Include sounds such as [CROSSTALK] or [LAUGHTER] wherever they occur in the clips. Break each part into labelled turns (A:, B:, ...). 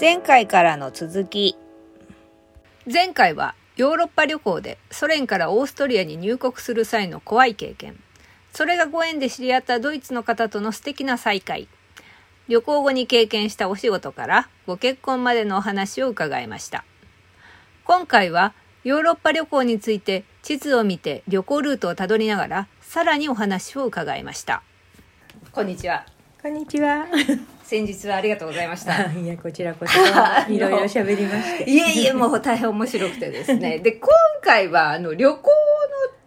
A: 前回からの続き前回はヨーロッパ旅行でソ連からオーストリアに入国する際の怖い経験それがご縁で知り合ったドイツの方との素敵な再会旅行後に経験したお仕事からご結婚までのお話を伺いました今回はヨーロッパ旅行について地図を見て旅行ルートをたどりながらさらにお話を伺いましたこんにちは
B: こんにちは。
A: 先日はありがとうございました
B: [LAUGHS] いや、こちらこそ、いろいろ喋りまして。
A: いえいえもう大変面白くてです [LAUGHS] ねで今回はあの旅行の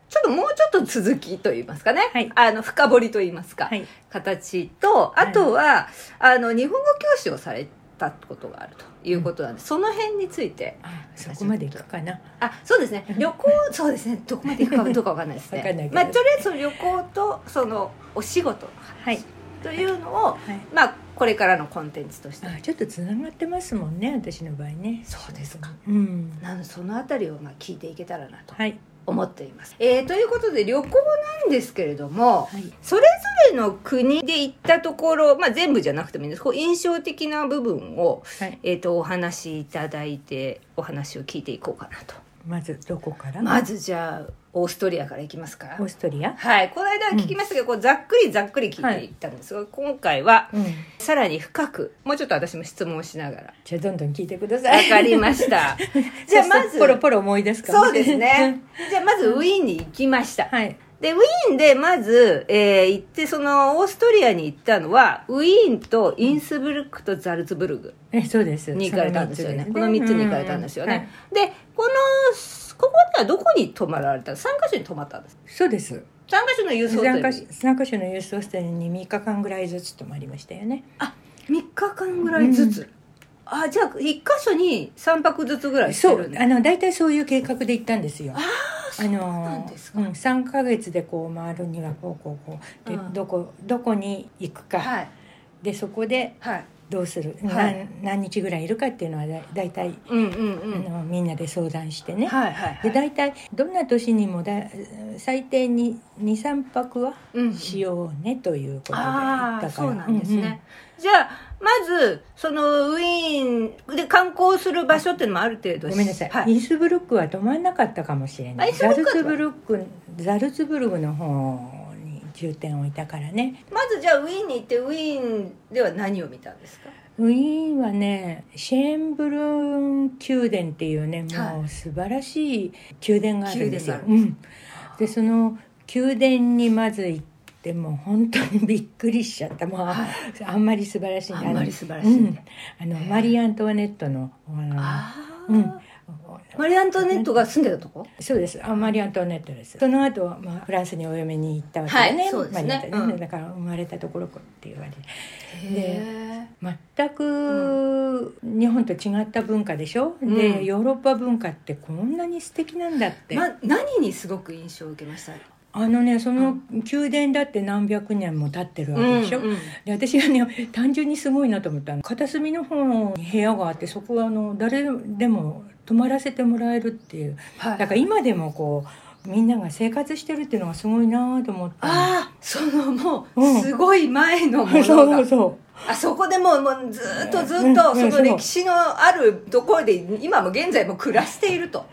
A: ちょっともうちょっと続きといいますかね、
B: はい
A: あの深掘りといいますか、
B: はい。
A: 形とあとは、あの日本語教師をされたことがあるということなんで、その辺について
B: そこまで行くかな。
A: あそうですね旅行そうですねどこまで行くかどうかわかんないです
B: わかん
A: ね
B: ないけど
A: まあとりあえずその旅行とそのお仕事の
B: はい
A: 話というのを、
B: はい。
A: まあこれからのコンテンツとして、
B: あ、ちょっとつながってますもんね、私の場合ね。
A: そうですか。
B: うん。
A: なのでそのあたりをまあ聞いていけたらなと
B: はい。
A: 思っています、えーということで旅行なんですけれども、
B: はい。
A: それぞれの国で行ったところ、まあ、全部じゃなくてもいいんですこう印象的な部分を、
B: はい。
A: えー、とお話しいただいてお話を聞いていこうかなと
B: まず、どこから。
A: まずじゃあオーストリアからいきますか
B: オーストリア。
A: はいこの間は聞きましたけど、こうざっくりざっくり聞いていったんですが、今回は
B: うん。
A: さらに深くもうちょっと私も質問をしながら
B: じゃ、あどんどん聞いてくださ
A: [LAUGHS] わ
B: [LAUGHS] い。
A: かりました。 [LAUGHS] じゃあまず
B: ポロポロ思い出すから。
A: そうです [LAUGHS] ね。じゃあまずウィーンに行きました。
B: [LAUGHS] はい。
A: で、ウィーンでまず、えー行って、その、オーストリアに行ったのは、ウィーンとインスブルクとザルツブルグ
B: え、そうです。
A: に行かれたんですよね。
B: そ
A: この3つに行かれたんですよね。。で、この、ここではどこに泊まられた ?3 カ所に泊まったんです。
B: うはいそうです。
A: 3カ所の郵送
B: 三
A: 店
B: か
A: に
B: 所、三か所のユースホステルに三日間ぐらいずつともありましたよね。
A: 3日間ぐらいずつ。
B: う
A: あ、じゃあ、1カ所に3泊ずつぐらいして
B: そ
A: る
B: うん
A: だ
B: あの大体そういう計画で行ったんですよ。あ
A: そうなんですか
B: のうん三ヶ月でこう回るにはこうこうこうで、
A: うん
B: どこどこに行くか、
A: はい。
B: でそこで
A: はい。
B: どうする、
A: はい
B: なん何日ぐらいいるかっていうのはだ大体、
A: うんうんうん。
B: あのみんなで相談してね。
A: はいはいはい。
B: で大体どんな年にもだ最低に23泊は
A: うん
B: しようねということで行
A: あ
B: っ
A: あ
B: たか
A: そ
B: ら、
A: うなんですね、じゃあまずそのウィーンで観光する場所っていうのもある程
B: う
A: 度
B: んうんごめんなさい、
A: は
B: イ
A: い、
B: ンスブルックは止まんなかったかもしれな
A: あイ
B: い
A: ンスブ
B: ザ
A: ル
B: ル
A: ック
B: ツブルックザルツブルクの方に重点を置いたからね
A: まずじゃあウィーンに行ってウィーンでは何を見たんですか
B: ウィーンはねシェーンブルン宮殿っていうねも
A: は
B: う素晴らしい宮殿があるんですよ、
A: 宮
B: う
A: 殿
B: ん、でその宮殿にまず行ってもう本当にびっくりしちゃったもう、
A: はい
B: あんまり素晴らしいね
A: あんまり素晴らし
B: う
A: い
B: ん
A: ね、、
B: あのマリー・アントワネットのあの
A: ああ、
B: うん
A: マリーアントネットが住んでたとこ
B: そうです。あマリーアントワネットです。その後はまあフランスにお嫁に行ったわけだね。
A: はいそうですね
B: マリーアントワネット
A: うん
B: だから生まれたところっていうわけで。
A: へ
B: 全く日本と違った文化でしょ、
A: ん
B: でヨーロッパ文化ってこんなに素敵なんだっ
A: え、
B: て、
A: ま、何にすごく印象を受けました
B: あのねその宮殿だって何百年も経ってるわけでしょ、
A: うんうん
B: で私がね単純にすごいなと思ったの片隅の方に部屋があってそこはあの誰でも泊まらせてもらえるっていう
A: はい、
B: だから今でもこうみんなが生活してるっていうのがすごいなと思って
A: ああそのも
B: うん
A: うすごい前のも
B: [LAUGHS] そう
A: のが、
B: そうそ
A: あそこでもうもうずーっとずっ
B: うん
A: と
B: う
A: そ
B: ん
A: の歴史のあるところで今も現在も暮らしていると
B: う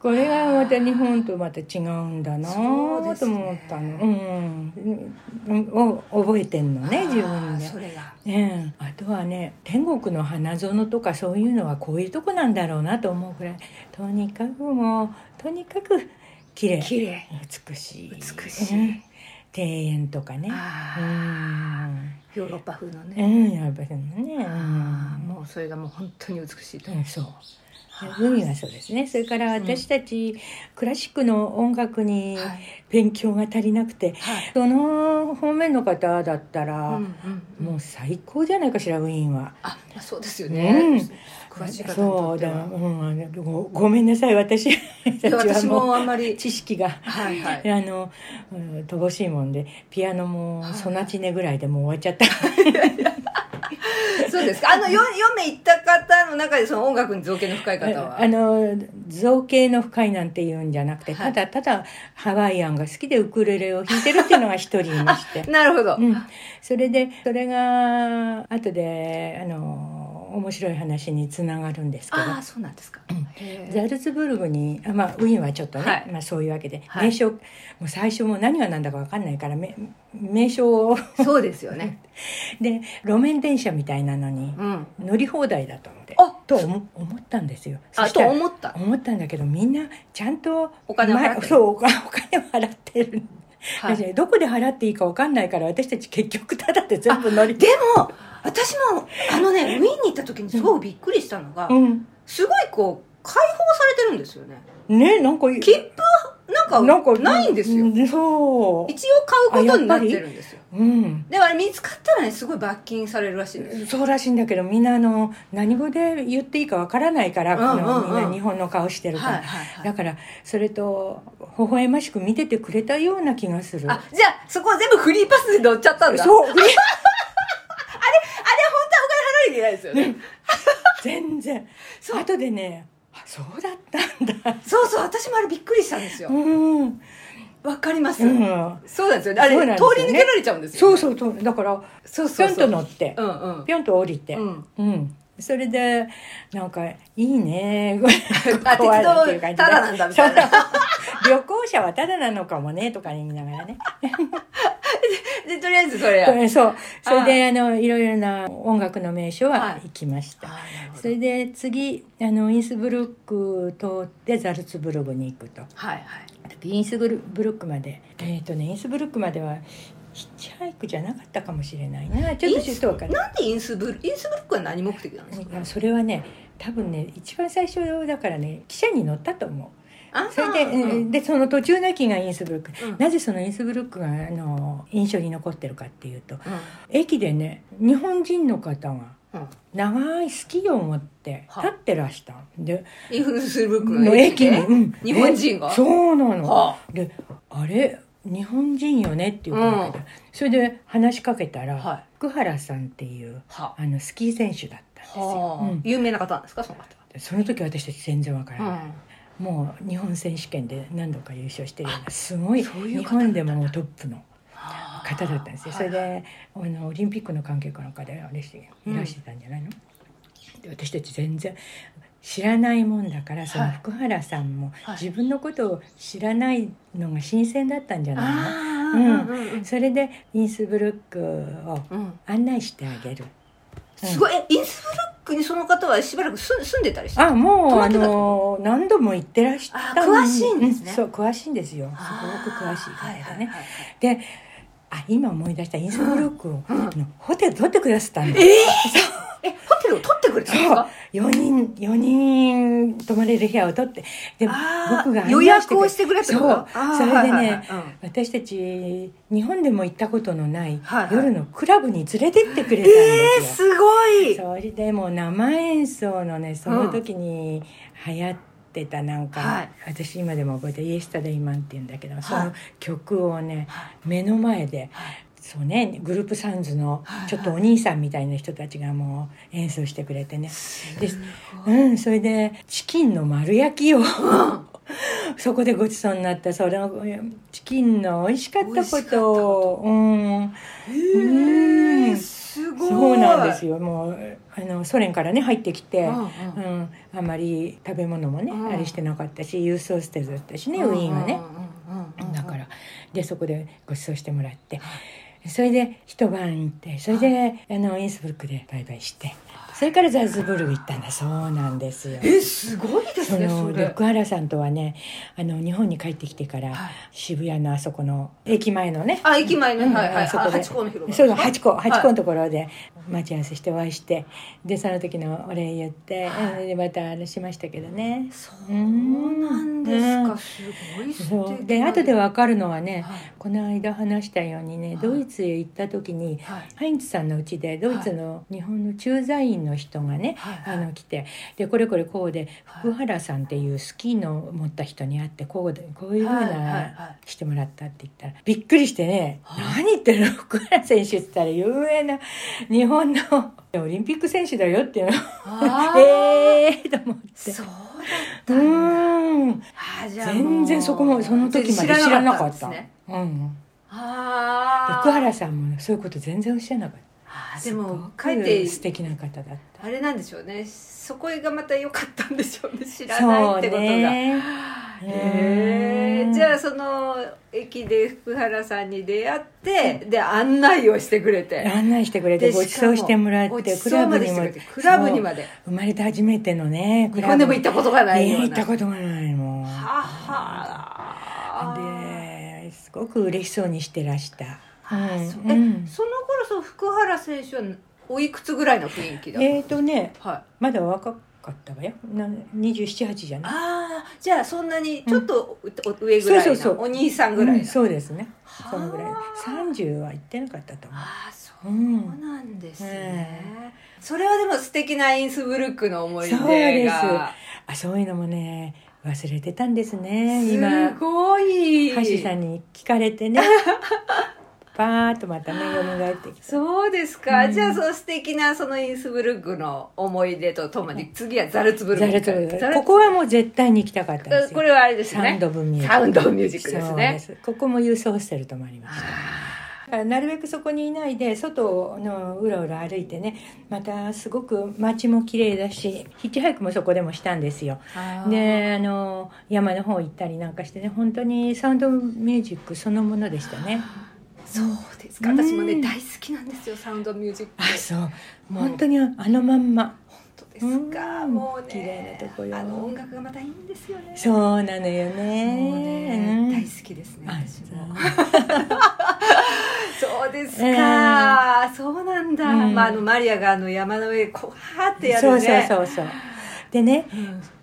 B: これがまた日本とまた違うんだな
A: そうです
B: と
A: ね
B: 思ったのう,、んを覚えてんのね自分
A: あー
B: で
A: それが
B: ねえあとはね天国の花園とかそういうのはこういうとこなんだろうなと思うくらいとにかくもうとにかく綺麗
A: 綺麗
B: 美しい
A: 美しい
B: うん庭園とかねう
A: あ
B: ん
A: ーヨーロッパ風の
B: う
A: ね
B: んやっぱりね
A: あー
B: うん
A: もうそれがもう本当に美しいと
B: うんそう海はそうですねそれから私たち、クラシックの音楽に
A: はい
B: 勉強が足りなくて、
A: はい
B: その方面の方だったら、
A: うんうん
B: もう最高じゃないかしらウィーンは。
A: あまあそうですよ
B: う
A: ね
B: ん
A: 詳しい方に
B: そ
A: と
B: う
A: って
B: だ、う
A: は
B: ん、あのごごめんなさい私
A: で
B: た
A: 私
B: ちはも
A: もあんまり
B: [LAUGHS] う知識が。
A: はいは
B: あ
A: い
B: の、うん乏しいもんでピアノも
A: はい
B: ソナチネぐらいでもう終わっちゃった、
A: そうですかあのよ4名行った方の中でその音楽に造形の深い方は
B: あの造形の深いなんて言うんじゃなくて、
A: はい
B: ただただハワイアンが好きでウクレレを弾いてるっていうのが一人
A: [LAUGHS]、
B: いまして
A: なるほど
B: うん、それでそれが後であの面白い話につながるんですけど
A: ああそうなんですか。へ
B: ザ
A: え
B: ルツブルグに、あまあ、ウィーンはちょっとね、
A: はい
B: まあ、そういうわけで、
A: はい
B: 名称もう最初もう何が何だか分かんないからめ名称を [LAUGHS]
A: そうですよね。
B: で路面電車みたいなのに
A: うん。
B: 乗り放題だと思って、
A: あ
B: と思思ったんですよ。そ
A: あ
B: した
A: と
B: ら
A: 思った。
B: 思ったんだけどみんなちゃんと
A: お金を払ってる
B: まそうお金お金を払ってる、
A: はい
B: だからどこで払っていいか分かんないから私たち結局ただで全部乗り
A: でも私もあのねウィーンに行った時にすごいびっくりしたのが、
B: うん
A: すごいこう解放されてるんですよね
B: ねなんか
A: 切符なんか
B: なんか
A: ないんですよ、
B: うそう
A: 一応買うことになってるんですよ
B: うん
A: でもあれ見つかったらねすごい罰金されるらしいです
B: そうらしいんだけどみんなあの何語で言っていいかわからないから、
A: うんうんうん
B: このみんな日本の顔してるから、
A: はいはいはい
B: だからそれと微笑ましく見ててくれたような気がする
A: あじゃあそこは全部フリーパスで乗っちゃったんだ
B: そう
A: あれ本当はお金払わなきゃいけないですよね、
B: [LAUGHS] 全然
A: そう
B: 後でねあそうだったんだ
A: そうそう私もあれびっくりしたんですよ
B: うん、うん、
A: わ、かります、そうなんですよねあれ
B: そうなんですよね
A: 通り抜けられちゃうんですよ
B: そ
A: ね、
B: うそうそうだから
A: そう
B: ぴ
A: そう
B: ょんと
A: そう
B: 乗って
A: うんうん
B: ぴょんと降りて
A: うん
B: うんそれでなんかいいね
A: [LAUGHS] あ適
B: 怖いなっていう
A: 当
B: 感じで
A: ただなんだみたいな
B: 旅行者はタダなのかもねとか言いながらね
A: でとりあえずそれや
B: これそうそれであのいろいろな音楽の名所
A: は
B: はい行きました、
A: あーなるほど
B: それで次あのインスブルック通ってザルツブルクに行くと
A: はいはい
B: インスブルックまでえっ、とねインスブルックまではヒッチハイクじゃなかったかもしれないなちょっとちょっとわかんない
A: なんでインスブルインスブルックは何目的なんですか
B: いやそれはね多分ね一番最初だからね汽車に乗ったと思う
A: あー
B: それで,、
A: うん
B: でその途中の駅がインスブルック、
A: うん
B: なぜそのインスブルックがあの印象に残ってるかっていうと
A: うん
B: 駅でね日本人の方が
A: うん
B: 長いスキーを持って
A: は
B: 立ってらしたので
A: インスブルック
B: の
A: の駅
B: 駅に、
A: で
B: うん
A: 日本人が
B: えそうなの、
A: は
B: であれ日本人よねっていうことで、
A: う
B: それで話しかけたら、
A: はい
B: 福原さんっていう
A: は
B: あのスキー選手だったんですよ、
A: は
B: うん
A: 有名な方なんですかその方
B: でその時私たち全然わからない、
A: は
B: もう日本選手権で何度か優勝してるようなすごい
A: そういう
B: 日
A: 方なんだ
B: 本でももうトップの
A: あ
B: 方だったんですよ、
A: はい
B: それであのオリンピックの関係かなんかであれして
A: うん
B: いらしてたんじゃないの、で私たち全然知らないもんだからその
A: はい
B: 福原さんも
A: はい
B: 自分のことを知らないのが新鮮だったんじゃないの、
A: あー
B: うん
A: うんうん
B: それでインスブルックを
A: うん
B: 案内してあげる
A: すごいえインスブルックにその方はしばらく住ん住んでたりして
B: あもう
A: 泊まっ
B: あ
A: てたって
B: の何度も行ってらした
A: あ詳しいんですね
B: うそう詳しいんですよ
A: あー
B: すごく詳しい方
A: はいは
B: で
A: い
B: ね
A: はい
B: であ今思い出したインスブルックを、
A: うん
B: あのホテル取ってくださったんです
A: ええホテルを取ってくれたんです
B: そう
A: か
B: 4人4人泊まれる部屋を取ってで
A: あー
B: 僕が案内
A: 予約をしててくれたのか
B: そう
A: あー
B: それでね
A: はいはいはいうん
B: くれ私たち日本でも行ったことのない
A: はいはい
B: 夜のクラブに連れてってくれた
A: え
B: ん
A: ー、
B: ですよ、
A: すごい
B: それでもう生演奏のねその時に流行ってたなんか、
A: はい
B: 私今でも覚えて「イエスタデイマン」って言うんだけど、そ
A: はい
B: の曲をね
A: はい
B: 目の前で
A: はい
B: そうねグループサウンズの
A: はいはい
B: ちょっとお兄さんみたいな人たちがもう演奏してくれてね、
A: す
B: で
A: ご
B: う
A: い
B: ん、それでチキンの丸焼き
A: [LAUGHS]
B: をそこでごちそうになったそれをチキンの美味しかったことをうん
A: へ
B: う
A: ー
B: ん
A: すごい
B: そうなんです
A: よ、
B: よもうあのソ連からね入ってきて、
A: うんうん
B: うん、あまり食べ物もね、
A: うん
B: あれしてなかったし郵送捨てずだったしね、
A: うん
B: ウィーンはね、
A: うんうんうんうん
B: だからでそこでごちそうしてもらってそれで一晩行ってそれであのインスブルクでバイバイしてそれからザルツブルク行ったんだそうなんですよ。
A: えすごいです
B: そ
A: ねそ
B: の
A: れ
B: 福原さんとはねあの日本に帰ってきてから、
A: はい
B: 渋谷のあそこの駅前のね
A: あ駅前の、
B: うん
A: はいはい
B: あそこで
A: 八甲の広場
B: そう八個八個のところで待ち合わせしてお会いして、でその時のお礼言って、
A: はい
B: うんでまたあれしましたけどね
A: そうなんですか、
B: うん
A: すごい素
B: そう
A: 敵
B: で後で
A: は
B: 分かるのはね、
A: はい
B: この間話したようにね、
A: はい
B: ドイツへ行った時に
A: はい
B: ハインツさんのうちでドイツの日本の駐在員の人がね、
A: はい
B: あの来てでこれこれこうで
A: はい
B: 福原さんっていうスキーの持った人に会ってこうでこういうふう
A: はいはいは
B: なしてもらったって言ったらびっくりしてね「何言ってるの [LAUGHS] 福原選手」って言ったら有名な日本のオリンピック選手だよっていうの
A: あー
B: [LAUGHS] ええー、と思って。
A: そうだった
B: うん
A: だ
B: ん
A: あーじゃあもう
B: 全然そこもその時まで知らなかった
A: 知らなかったんですね
B: うん、
A: あー
B: 福原さんもねそういうこと全然おっしゃらなかった
A: あー
B: す
A: で
B: ご
A: も
B: く
A: 書いて
B: 素敵な方だった
A: あれなんでしょうねそこがまた良かったんでしょうね知らないってことが。
B: そうね
A: へ
B: う
A: え
B: ん
A: じゃあその駅で福原さんに出会ってで案内をしてくれて
B: 案内してくれて
A: で
B: ご馳走してもらっ
A: ご
B: て
A: ちそうまでしてくれてクラブにま
B: で
A: で
B: 生まれて初めてのね
A: 日本でも行ったことがないよう
B: ね
A: な
B: 行ったことがないもん
A: はは
B: ですごく嬉しそうにしてらした、
A: あ
B: うん
A: そうえ
B: うん
A: その頃そう福原選手はおいくつぐらいの雰囲気だ
B: えっ、とね
A: はい
B: まだ若かったわよな278じゃない
A: ああじゃあそんなにちょっとお上ぐらい
B: そうそう
A: な
B: そう
A: お兄さんぐら
B: う
A: い
B: ん
A: な
B: そうですね
A: はあ
B: そのぐらい30は行ってなかったと思う
A: ああそう
B: うん
A: そうなんですね
B: ね、
A: それはでも素敵なインスブルックの思い出が
B: そうですあそういうのもね忘れてたんですね今
A: すごい
B: 橋さんに聞か
A: [LAUGHS]
B: れてねパーッとまたね蘇ってきて
A: そうですか、
B: うん
A: じゃあその素敵なそのインスブルックの思い出とともに次はザルツブルク
B: ザルツブルクここはもう絶対に行きたかったんですよ
A: これはあれですね
B: サウンドブミュージック
A: サウンドミュージックですね
B: そうですここも郵送ホステルともありましただからなるべくそこにいないで外のうろうろ歩いてねまたすごく街も綺麗だしヒッチハイクもそこでもしたんですよ
A: あー
B: であの山の方行ったりなんかしてね本当にサウンドミュージックそのものでしたね
A: そうですか
B: うん
A: 私もね大好きなんですよサウンドミュージック
B: あそう本当にあのまんま
A: 本当ですか
B: うん
A: もう
B: 綺麗
A: ね
B: なとこよ
A: あの音楽がまたいいんですよねう
B: そうなのよ
A: もうね、
B: ねうん
A: 大好きですね
B: あ
A: 私
B: そう
A: もそうですか、
B: えー
A: そうなんだ、
B: うん
A: まあ、あのマリアがあの山の上こうはーってや
B: そ
A: る
B: うそう
A: ねう
B: そうそうでね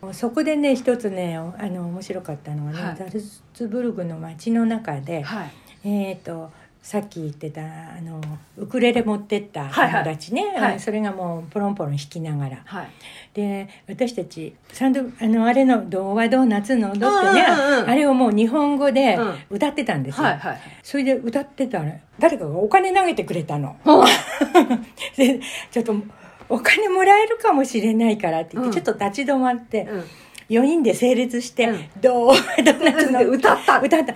A: そう、ん、
B: そこでね一つねおあの面白かったのはね、
A: はい
B: ザルツブルグの街の中で、
A: はい
B: えっ、とさっき言ってたあのウクレレ持ってった
A: はいはい
B: 友達ね、
A: はい
B: あのそれがもうポロンポロン弾きながら
A: はい
B: で私たちサンドあのあれの「童話ドーナツのド」ってね、
A: うんうんうん
B: あれをもう日本語で
A: うん
B: 歌ってたんですよ、
A: はいはい
B: それで歌ってたら誰かがお金投げてくれた
A: [LAUGHS]
B: の。でちょっとお金もらえるかもしれないからって言って、
A: うん
B: ちょっと立ち止まって、
A: うん
B: 4人で整列して
A: うん
B: 「どうドーナツの
A: [LAUGHS] 歌った
B: 歌った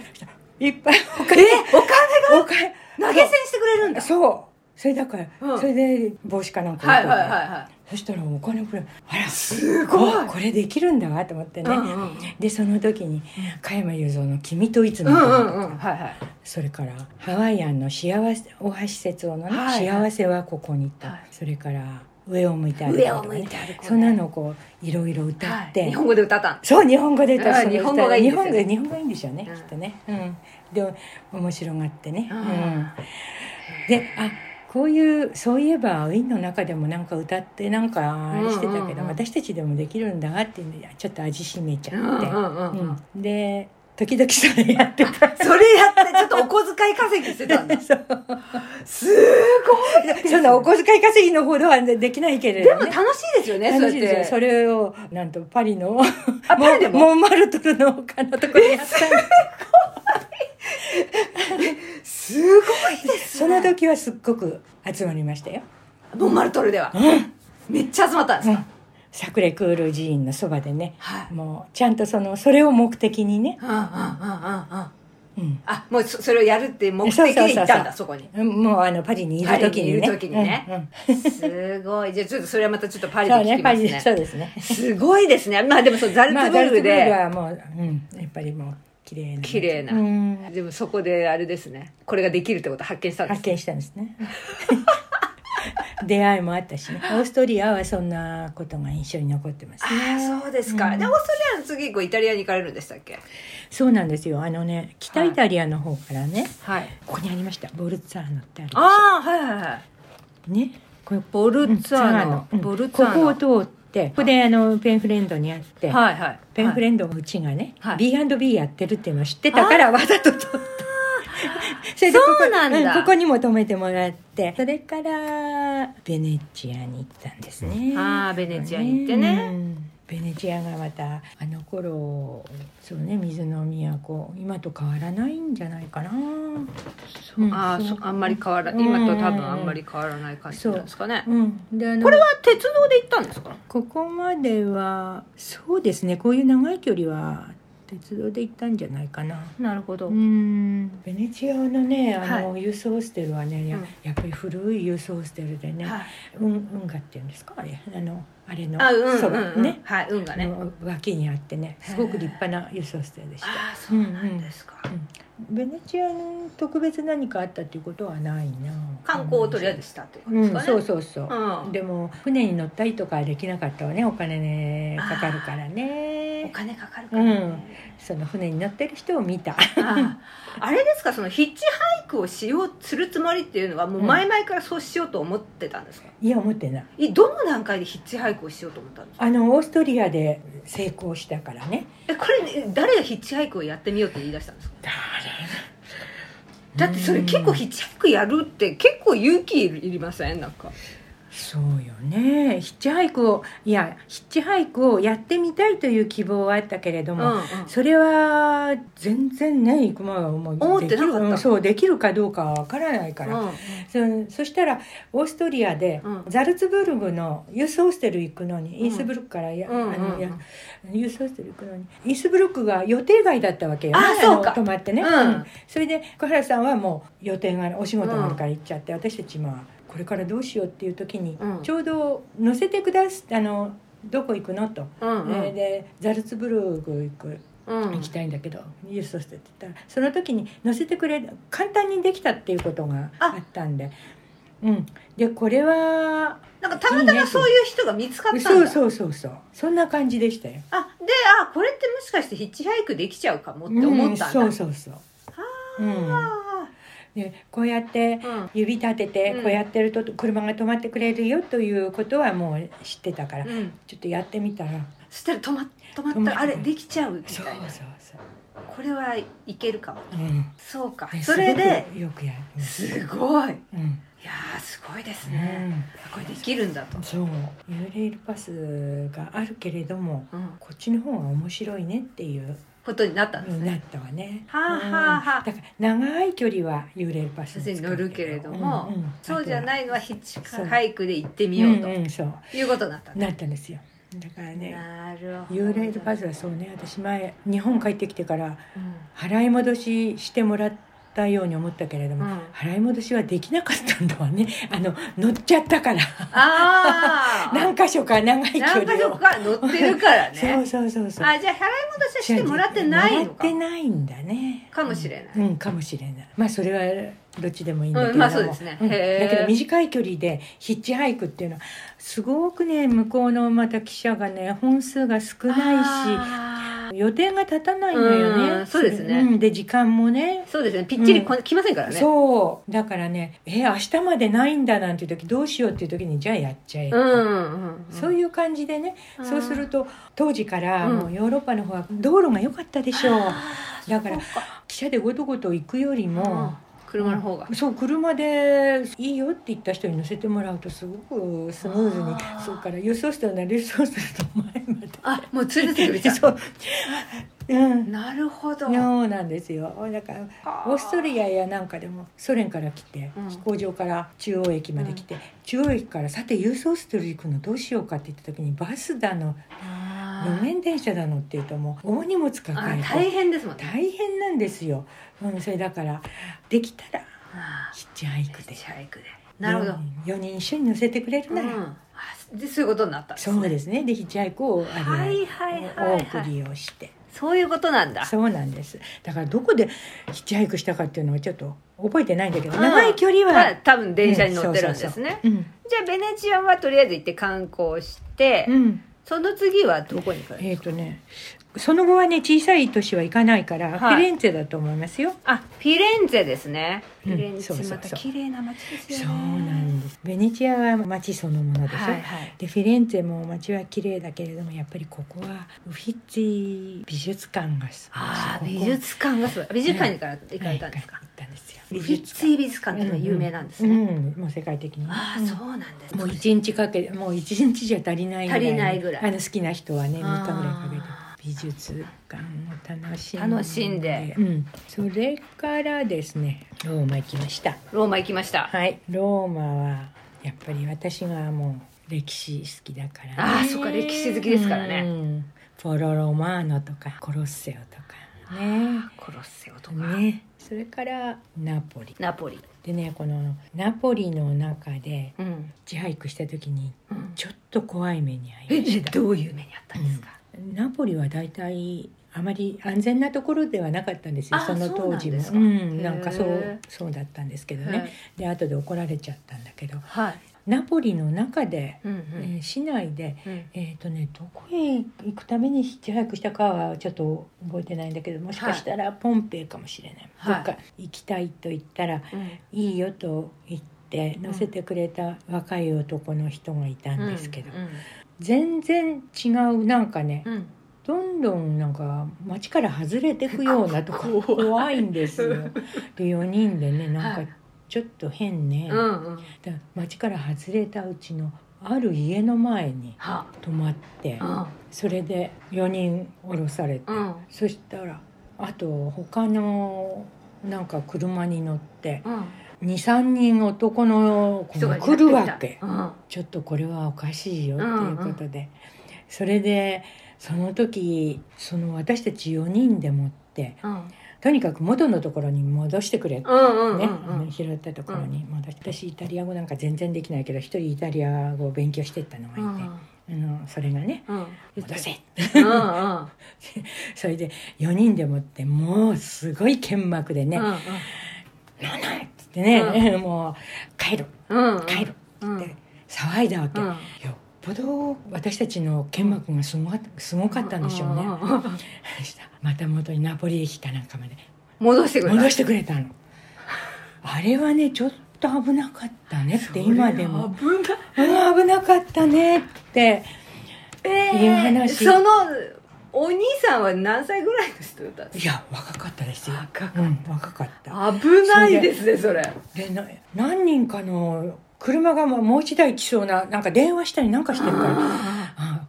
B: いっぱいお
A: えお
B: 金
A: 金
B: お金
A: 投げ銭してくれるんだ
B: そうそれだから、
A: うん
B: それで帽子かなんか
A: はい
B: 置い
A: は
B: て
A: いはいは
B: そしたらお金くれあら
A: すごい
B: ここれできるんだわと思って
A: い、
B: ね、
A: うんうん
B: でその時に加山雄三の「君といつ
A: う
B: も」
A: んうんうんはいはい
B: それからハワイアンの幸せ大橋節夫のね、
A: はい
B: 幸せはここに」と、
A: はい
B: それから「上を向いて歩く」
A: 上
B: と
A: を
B: か
A: 向い
B: ね
A: て歩こうね
B: そんなのをこういろいろ歌って、
A: はい日本語で歌ったん
B: そう日本語で歌
A: あー
B: その
A: 日本語がいいんですよ
B: 日本語日本語がいいんでしょうね、
A: うん
B: きっとね、うん、で面白がってね、
A: う
B: うんんであこういうそういえばウィーンの中でもなんか歌ってなんかあれしてたけど、
A: うんうんうん
B: 私たちでもできるんだっていうんでちょっと味しめちゃって、
A: うんうんうんうん
B: うんで時々それやってた
A: それやってちょっとお小遣い稼ぎしてたんだ
B: [LAUGHS] そう
A: すごい
B: そんなお小遣い稼ぎのほどはできないけれ
A: で
B: ど
A: も
B: ね。
A: 楽しいですよね
B: 楽しいですよ
A: そ
B: そう
A: やって
B: れをなんとパリのモ
A: あパリでも
B: ンマルトルの丘のところにやったんです
A: すごいです
B: そ
A: ね
B: の時はすっごく集まりましたよ。
A: ノンマルトルでは、めっちゃ集まったんです
B: う
A: か、
B: ん。桜井クール寺院のそばでね、
A: はい
B: もうちゃんとそのそれを目的にね、
A: うんうんうんうんうん
B: うん、
A: あもうそそれをやるって目的で行ったんだそ
B: そう
A: こに
B: もうあのパリにいる時にね、
A: パリにいる時にね
B: うんうん
A: すごいじゃあちょっとそれはまたちょっとパリで
B: そう
A: 聞
B: ね
A: きま
B: パ
A: す
B: リ
A: ね
B: でそうですね。
A: すごいですねまあでもそうザル
B: まあ
A: ツ
B: ザ
A: ブ
B: ル
A: ル
B: ツブ
A: ク
B: ルク
A: で
B: はもう、うん、やっぱりもう綺麗な
A: 綺麗な
B: うん
A: でもそこであれですねこれができるってことを発見したんです
B: 発見したんですね。 [LAUGHS] 出会いもあったしね。オーストリアはそんなことが印象に残ってます
A: あ
B: ね。
A: あそうですか、
B: うん
A: でオーストリアの次こうイタリアに行かれるんでしたっけ
B: そうなんですよ。あのね、北イタリアの方からね、
A: はい
B: ここにありました。ボルツァーノってあるでしょ。
A: ああはいはいはい
B: ねこれ
A: ボルツァーノ、
B: うん
A: ボルツァーノ
B: ここを通ってここであのペンフレンドに会って、
A: はいはい
B: ペンフレ
A: ン
B: ンドのうちがね、
A: はい
B: B&B やってるっていうのを知ってたからわざと
A: [LAUGHS]
B: 撮った。それでここ
A: そうなんだ
B: ここにも泊めてもらってそれからベネチアに行ったんですね
A: あーベネチアに行ってね
B: うんベネチアがまたあの頃そうね水の都今と変わらないんじゃないかな、うん
A: ああそあんまり変わら
B: うん
A: 今と多分あんまり変わらない感じなんですかね
B: うん、であの
A: これは鉄道で行ったんですか
B: ここまではそうですねこういう長い距離は鉄道で行ったんじゃないかな。
A: なるほど、
B: うんベネチアのねあの、
A: は
B: ユースホステルはねや,、
A: うん
B: やっぱり古いユースホステルでね、
A: はい、
B: うん運河っていうんですかあれあのあれの
A: あうんうん
B: そ
A: うん
B: ば
A: うん、
B: ね
A: はい運がね
B: の脇にあってねすごく立派なユースホステルでした。
A: ああそうなんですか、
B: ベネチアに特別何かあったっていうことはないな
A: 観光をとりあえずしたっていうこと
B: う
A: です
B: ん
A: かね、
B: そうそうそう、
A: うん
B: でも船に乗ったりとかはできなかったわねお金ねかかるから
A: お
B: ね
A: 金かかるからね、
B: その船に乗ってる人を見た [LAUGHS]
A: あああれですかそのヒッチハイクをしようするつもりっていうのはもう前々からそうしようと思ってたんですか、
B: いや思ってない
A: いどの段階でヒッチハイクをしようと思ったんですか
B: あのオーストリアで成功したからね
A: えこれ、ね、誰がヒッチハイクをやってみようって言い出したんですかだってそれ結構ヒッチハイクやるって結構勇気いりませんなんか
B: そうよねヒッチハイクをいやヒッチハイクをやってみたいという希望はあったけれど
A: うん
B: も、
A: うん
B: それは全然ね行く前はもう
A: 思ってなかった
B: できるうんそうできるかどうかは分からないから、
A: うん
B: そそしたらオーストリアで、
A: うん
B: ザルツブルグのユースホステル行くのにインスブルクからや、
A: うん
B: あ
A: うんう
B: の
A: ん
B: やユースホステル行くのにインスブルクが予定外だったわけよ、
A: あそうか
B: の泊まってね、
A: うん
B: それで小原さんはもう予定がお仕事があるから行っちゃって、私たちまあこれからどうしようっていう時に、
A: うん
B: ちょうど乗せてくだすあのどこ行くのと、
A: うんうん
B: えーでザルツブルグ行く
A: うん
B: 行きたいんだけど、ユースとしてって言ったらその時に乗せてくれ簡単にできたっていうことが
A: あ
B: あったんでうんでこれは
A: なんかたまたまそういう人が見つかったんだ
B: そうそうそうそうそんな感じでしたよ
A: あであこれってもしかしてヒッチハイクできちゃうかもって思ったんだ、
B: うんそうそうそううん
A: あ
B: でこうやって
A: ーうん
B: 指立てて
A: うん
B: こうやってると車が止まってくれるよということはもう知ってたから
A: うん
B: ちょっとやってみたら
A: そしたら止ま止ま
B: 止
A: っ
B: まったた
A: あれできちゃうみた
B: そう
A: いな
B: そうそう
A: これはいけるかも
B: うん
A: そうか
B: ね
A: それです
B: ごくよくやる
A: すごいい
B: うんうん
A: やーすごいです
B: う
A: ね、
B: ん
A: これできるんだと、
B: そうユーレールパスがあるけれども
A: うん、
B: こっちの方が面白いねっていう
A: ことになったんです
B: なっ
A: ね、
B: たわね。
A: はあはあはあ
B: うんだから長い距離は幽霊バスに使う
A: 乗るけれどもそうじゃ
B: い
A: ないのはヒッチ
B: そう
A: ハイクで行ってみようと
B: んんそう
A: いうことになったんだ、
B: なったんですよ。だからね。
A: なるほど
B: 幽霊バスはそうね私前日本帰ってきてから
A: うん
B: 払い戻ししてもらったように思ったけれども、
A: うん
B: 払い戻しはできなかったんだわねあの乗っちゃったから [LAUGHS]
A: ああ
B: 何箇所か長い距離
A: 何
B: を
A: か所か乗ってるからね
B: そうそうそうそう
A: あじゃあ払い戻ししてもらってないの
B: も
A: から
B: ってないんだね
A: かもしれない
B: うん、うんかもしれないまあそれはどっちでもいいんだけれども、
A: うんまあそうですね
B: んだ
A: へー
B: けど短い距離でヒッチハイクっていうのはすごくね向こうのまた汽車がね本数が少ないし
A: あー
B: 予定が立たないのよ
A: うん
B: ね
A: そうですね
B: んで時間もね
A: そうですねぴっちりこ、来ませんからね
B: そうだからねえ明日までないんだなんていう時どうしようっていう時にじゃあやっちゃえ、
A: うんうんうん、
B: そういう感じでね、
A: うん
B: そうすると当時から
A: うん
B: もうヨーロッパの方は道路が良かったでしょう、
A: あー
B: だから
A: そっ
B: 汽車でごとごと行くより
A: うん
B: も、
A: 車の方が、
B: そう車でいいよって言った人に乗せてもらうとすごくスムーズに
A: あー
B: そうから輸送してるなら輸送すると前まで
A: あもう連れて [LAUGHS] くれちゃう
B: [LAUGHS] そう、うん、
A: なるほど
B: そうなんですよだからオーストリアやなんかでもソ連から来て、
A: うん
B: 飛行場から中央駅まで来て、中央駅からさて輸送してる行くのどうしようかって言った時にバスだの
A: あー
B: 路面電車だのっていうともう大荷物抱
A: あ
B: え
A: 大
B: て
A: 変ですもんね
B: 大変なんですよ、うん、それだからできたら
A: あ
B: ヒッチハイ
A: ー
B: ク
A: ヒ
B: で
A: ッチハイクでなるほど、
B: 4人一緒に乗せてくれる
A: う
B: なら、
A: ん、あでそういうことになったんです、ね、
B: そうですねでヒッチハイクをあの、
A: はいはいはいはい
B: お送りをして
A: そういうことなんだ
B: そうなんですだからどこでヒッチハイクしたかっていうのはちょっと覚えてないんだけど、
A: うん
B: 長い距離
A: まあ
B: は、
A: 多分電車に乗ってるんですね、
B: うん
A: じゃあベネチアはとりあえず行って観光して、
B: うん
A: その次はどこに行くんですか
B: えっ、とねその後はね小さい都市は行かないから、
A: はい
B: フィレンツェだと思いますよ
A: あフィレンツェですね
B: う
A: フ
B: ん
A: ィレンツ
B: そうそう
A: ェ
B: そ
A: また
B: う
A: 綺麗な街です
B: そ
A: よね
B: うなんですベネチアは街そのものでしょ、
A: はいはい
B: でフィレンツェも街は綺麗だけれどもやっぱりここはウィッツィ美術館がすごい
A: ああ
B: ここ
A: 美術館がすごい美術館にから行かれたんですか
B: はい行ったんですよ
A: フィッツィ美術館っていうのが有名なんですね、
B: うんうんもう世界的にね
A: ああそうなんです、
B: うんもう一日かけもう一日じゃ足りないぐらい
A: 足りないぐらい
B: あの好きな人はね3日ぐらいかけて
A: あ
B: 美術館を楽しんで
A: 楽しんで
B: うん、それからですねローマ行きました
A: ローマ行きました、
B: はいローマはやっぱり私がもう歴史好きだから、
A: あーそっか歴史好きですからね
B: うんポロロマーノとかコロッセオとかね
A: コロッセオとか、
B: ねそれからナポリ
A: ナポリ、
B: でねこのナポリの中で
A: うん
B: 自ハイクした時に
A: うん
B: ちょっと怖い目に遭い
A: え
B: ました
A: どういう目にあったんですか、
B: ナポリは大体あまり安全なところではなかったんですよ
A: あ
B: その当時も
A: そううなんですか
B: んなんかそ
A: へ
B: う
A: え
B: そうだったんですけど
A: はい
B: ねで後で怒られちゃったんだけど
A: はい、
B: ナポリの中で、
A: うんう
B: えー市内
A: ん
B: で
A: うん
B: えーとね、どこへ行くためにヒッチハイクしたかはちょっと覚えてないんだけどもしかしたらポンペイかもしれない、
A: はい
B: どっか行きたいと言ったら
A: うん
B: 「いいよ」と言って乗せてくれた若い男の人がいたんですけど、
A: う
B: 全然違うなんかね
A: んうん
B: どんどんなんか街から外れていくようなとこ
A: 怖い
B: 怖いんで
A: [LAUGHS]
B: すよ。で4人でねな
A: は
B: ん
A: い
B: かちょっと変ね、
A: うんうんは
B: だから街から外れたうちのある家の前に
A: あ
B: 泊まって。
A: うん
B: それで4人降ろされて、
A: うん
B: そしたらあと他のなんか車に乗って
A: うん
B: 23人男の子が来るわけ
A: うんは
B: ちょっとこれはおかしいよっていうことで、それでその時その私たち4人でもってとにかく元のところに戻してくれって
A: うんうん
B: ね、
A: うんうん
B: あの拾ったところに戻して、私イタリア語なんか全然できないけど一人イタリア語を勉強してったのがいて、あのそれがね
A: うん
B: 「戻せ」
A: うん
B: それで4人でもってもうすごい剣幕でね「
A: うん
B: なんなん!」っつってね、 [LAUGHS] もう「帰ろ
A: うんうん
B: 帰ろ!」
A: うん
B: って騒いだわけ、
A: うん
B: よっぽど私たちの剣幕がすごかすごかったんでしょう [LAUGHS] ね、
A: んんうん
B: そしたらまた元にナポリ駅かなんかまで
A: 戻してくれた
B: 戻してくれたのあれはねちょっと危なかったねって今でも
A: それ危ない
B: 「うん危なかったね」って
A: え
B: いう話
A: そのお兄さんは何歳ぐらいの人だったんで
B: い
A: す
B: や若かったですよ
A: 若かった
B: うん、若かった
A: か危ないですねそれ
B: でな何人かの車がまもう一台来そうななんか電話したりなんかしてるからあ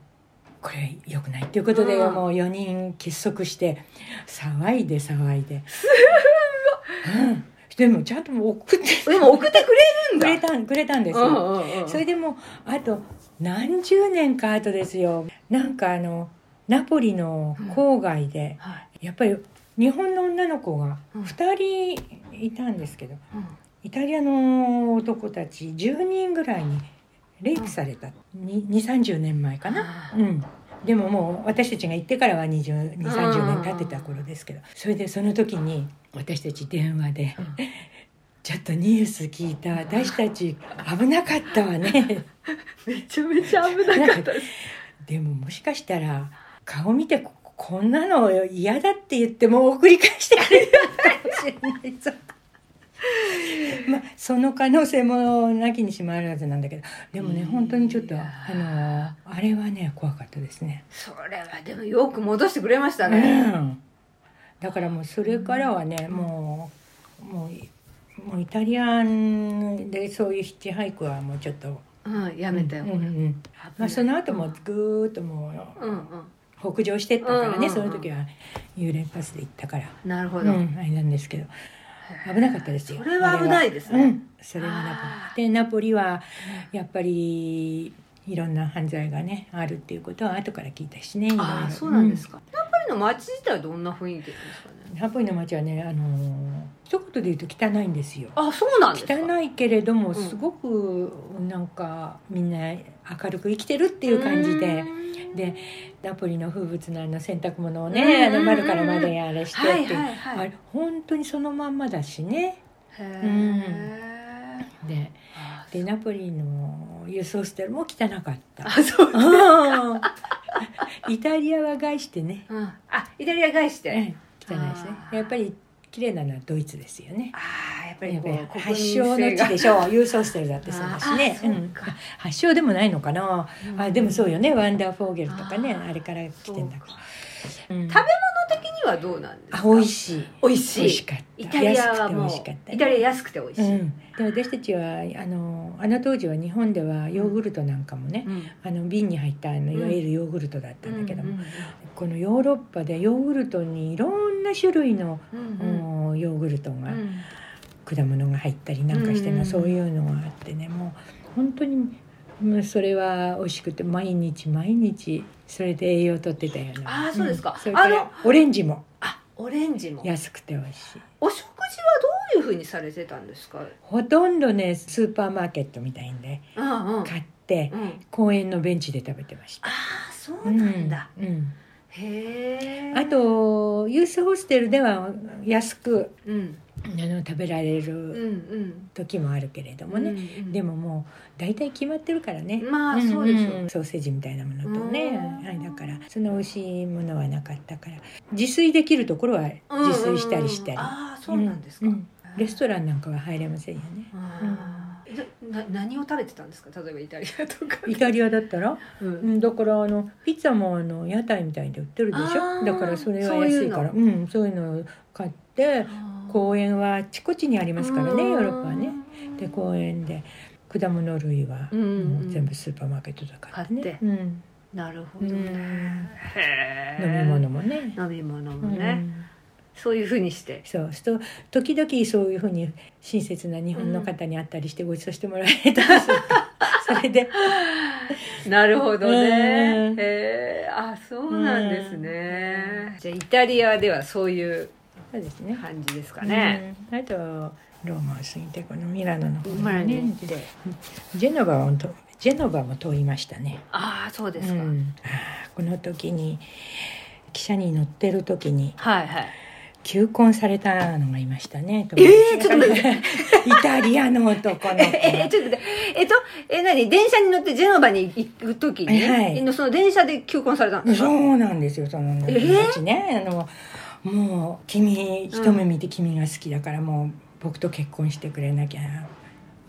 B: これ良くないっていうことで
A: うん
B: もう4人結束して騒いで騒いですごい、うん、でもちゃんと送って
A: でも送ってくれるん
B: く
A: だ
B: れたんくれたんです
A: うん
B: よ、
A: うんうん
B: それでもうあと何十年か後ですよなんかあのナポリの郊外で、
A: はい
B: やっぱり日本の女の子が
A: うん
B: 2人いたんですけど、
A: うん
B: イタリアの男たち10人ぐらいにレイプされた2 3 0年前かな、
A: あー
B: うん、でももう私たちが行ってからは2 0 2 3
A: うんうんう
B: 0
A: ん
B: 年経ってた頃ですけどそれでその時に私たち電話で
A: うん
B: 「ちょっとニュース聞いた私たち危なかったわ
A: [LAUGHS]
B: ね
A: めちゃめちゃ危なかったです」
B: でももしかしたら顔見てここんなの嫌だって言っても送り返してく
A: [LAUGHS]
B: れるかもしれないぞ。まあ、その可能性もなきにしもあらずなんだけどでもね
A: うん
B: 本当にちょっとあのあれはね怖かったですね
A: [LAUGHS] それはでもよく戻してくれました
B: う
A: ね、
B: んだからもうそれからはねもうもうもうイタリアンでそういうヒッチハイクはもうちょっと
A: うん、やめたよ、
B: うんうんうんまあ、その後もぐーっともう
A: うんうん
B: 北上してったからね、
A: うんうんうん
B: その時は幽霊パスで行ったから、
A: なるほ
B: う
A: ど、
B: ん、あれなんですけど危なかったですよ
A: それは危ないですね、
B: うん、それがナ
A: あー
B: ポリでナポリはやっぱりいろんな犯罪がねあるっていうことは後から聞いたしねいろいろ
A: ああそうなんですか、ナポリの街自体はどんな雰囲気なんですかね
B: うんナポリの街はねあのー一言で言うと汚いんですよ
A: あそうなんですか
B: 汚いけれども
A: ん
B: すごくなんかみんな明るく生きてるっていう感じで。でナポリの風物のあの洗濯物を
A: うんうんうん
B: ね、あの窓から窓へあれして
A: は
B: っ
A: い
B: ていう
A: はいは
B: あ
A: い
B: れ本当にそのまんまだしね
A: へー
B: で
A: あ
B: でナポリの輸送スタイルも汚かった
A: あそう、
B: [LAUGHS] うんイタリアは害してね
A: うん、あイタリア返し
B: う
A: て、
B: ん汚いですね
A: あー
B: やっぱり綺麗なのはドイツですよね
A: ああやっぱり
B: やっぱり
A: こう
B: 発祥の地でしょう輸送スタイルだってそうだしね、
A: あーあ
B: うん
A: そっか
B: 発祥でもないのかな、あでもそう
A: よ
B: よねワンダーフォーゲルとかね
A: あ
B: あ
A: ー
B: れから来てんだから、うん
A: 食べ的にはどうなんです
B: あ
A: か
B: 美味しい
A: 美味しい
B: 美味しかった
A: イタリア
B: 安
A: は
B: くて美
A: もう
B: 味しかったね
A: イタリア安くて美味し
B: う
A: い、
B: ん、で私たちはあのあの当時は日本ではヨーグルトなんかもね、
A: うん
B: あの瓶に入ったあのいわゆるヨーグルトだったんだけども、
A: うん
B: このヨーロッパでヨーグルトにいろんな種類の、
A: うんうん
B: うんヨーグルト
A: う
B: が、
A: ん
B: 果物が入ったりなんかし
A: うん
B: て
A: うんう
B: の
A: ん
B: そういうのがあってねもう本当にうんそれは美味しくて毎日毎日それで栄養とってたよね
A: あーそうですか
B: んそれか
A: あの
B: らオレンジも
A: あオレンジも
B: 安くて美味しい
A: お食事はどういうふうにされてたんですか
B: ほとんどねスーパーマーケットみたいんで
A: うんうん
B: 買って
A: うん
B: 公園のベンチで食べてました
A: ああそうなんだ、
B: うんうん
A: へえ
B: あとユースホステルでは安く
A: うん
B: あの食べられ
A: うん
B: る
A: うん
B: 時もあるけれどもね、
A: ね
B: でももう大体決まってるからね、
A: まあそうでしょう、
B: んんソーセージみたいなものと
A: う
B: ね
A: ん
B: はいだからそんな美味しいものはなかったから自炊できるところは自炊したりした
A: うんうんうん
B: り、
A: ああそうなんですか、
B: うんレストランなんかは入れませんよね
A: あーえな何を食べてたんですか例えばイタリアとか
B: イタリアだったら、
A: う
B: [LAUGHS] うんん、だからあのピッツァもあの屋台みたいで売ってるでし
A: あー
B: ょだからそれは安いからうん、そういうのを買って公園はあちこちにありますからねヨーロッパはねで公園で果物類は、
A: うんうんうん
B: もう全部スーパーマーケットで買ってね
A: 買って
B: うん、
A: なるほど
B: うん
A: ねへ
B: 飲
A: ー
B: み物もね
A: 飲み物
B: う
A: も
B: ん
A: ね、そういうふうにして
B: そうすると時々そういうふうに親切な日本の方に会ったりしてご馳走してもらえた
A: [LAUGHS]
B: りするそれで
A: なるほどねへ
B: うん
A: えあそうなんですねじゃあイタリアではそういう
B: そうですね
A: 感じですかね、
B: うんあとローマを過ぎてこのミラノの方
A: マラに
B: にね
A: 行って
B: ジェノバをとジェノバも通りましたね
A: ああそうですか、
B: うんあーこの時に汽車に乗ってる時に
A: はいはい
B: 求婚されたのがいましたね
A: えーちょっと待っ
B: [LAUGHS] イタリアの男の子
A: [LAUGHS] え、えちょっと待って、えっと、え、何電車に乗ってジェノバに行くときに、
B: はい
A: えのその電車で求婚されたんです
B: そ
A: か
B: うなんですよその
A: え
B: 友達ね、あのもう君一目見て君が好きだからもう僕と結婚してくれなきゃ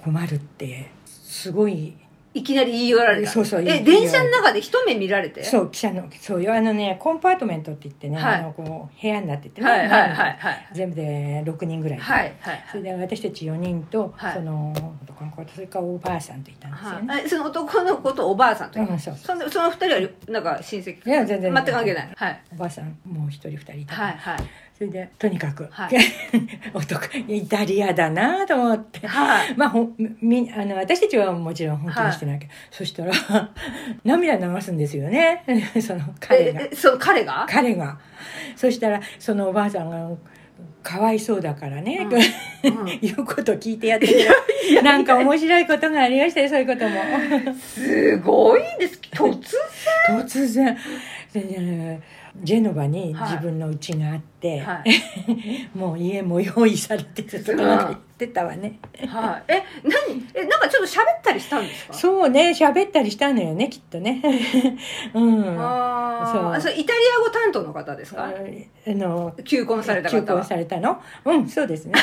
B: 困るってすごい
A: いきなり言い寄られた。
B: そうそう
A: え、
B: 言い寄ら
A: 電
B: れた
A: 車の中で一目見られて
B: そう記者のそうよあのねコンパートメントって言ってね、
A: はい
B: あのこう部屋になっててね、
A: はいはいはいはい。
B: 全部で6人ぐらい、
A: はいはい
B: それで私たち4人と、
A: はい
B: その男の子とそれからおばあさんといたんですよ
A: はい。
B: ね、
A: はいえその男の子とおばあさんという
B: うんそう
A: そのその二人はなんか親戚
B: いや全然
A: 全く関係ないはい
B: おばあさんもう一人二人いたから、
A: はいはい
B: それでとにかく、
A: は
B: [LAUGHS] 男イタリアだなと思って
A: はい
B: まあ、ほんみあの私たちはもちろん本当にしてないけど、そしたら [LAUGHS] 涙流すんですよね [LAUGHS] その彼が
A: ええそう彼が
B: 彼がそしたらそのおばあさんがかわいそうだからね、
A: うん
B: 言うこと [LAUGHS] 聞いてやってるなんか面白いことがありましたよそういうことも
A: [LAUGHS] すごい
B: [LAUGHS]
A: です突然
B: 突然でねジェノバに自分の家があって、
A: はい
B: もう家も用意されててとかなんか言ってたわね、
A: はいえ何えなんかちょっと喋ったりしたんですか
B: そうね喋ったりしたのよねきっとね [LAUGHS] うん
A: あ
B: そう
A: ーあそれイタリア語担当の方ですか
B: あの
A: 求婚された
B: 求
A: 方
B: 婚
A: は
B: されたのうんそうです
A: [LAUGHS]
B: ね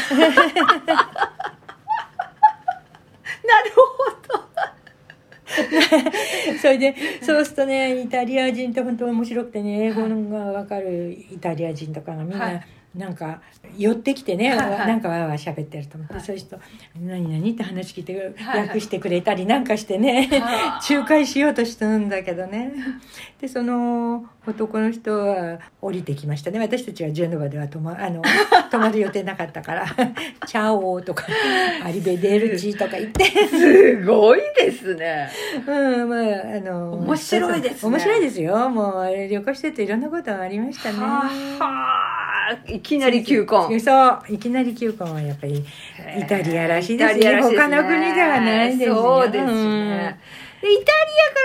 A: なる
B: [LAUGHS]
A: ほど
B: それでそうするとねイタリア人って本当面白くてね英語がわかるイタリア人とかがみんな、
A: はい
B: なんか寄ってきてね、
A: はいはい
B: なんかわーわー喋ってると思って、
A: はい
B: そういう人何々って話聞いて、
A: はい
B: 訳してくれたりなんかしてね、
A: はあ
B: 仲介しようとしたんだけど
A: [LAUGHS]
B: ねでその男の人は降りてきましたね私たちはジェノバでは泊まあ
A: [LAUGHS]
B: の泊まる予定なかったから [LAUGHS] 「チャ
A: [LAUGHS]
B: オ」とか「アリベデルチ」とか言って
A: すごいですね
B: うんまああの
A: 面白いですね
B: 面白いですよもうあれ旅行してていろんなことがありましたね
A: はあいきなり求婚
B: そういきなり球婚はやっぱりイタリアらしいですね
A: イタリアらしいです
B: 他の国ではないですよ
A: そうですね、でイタリアか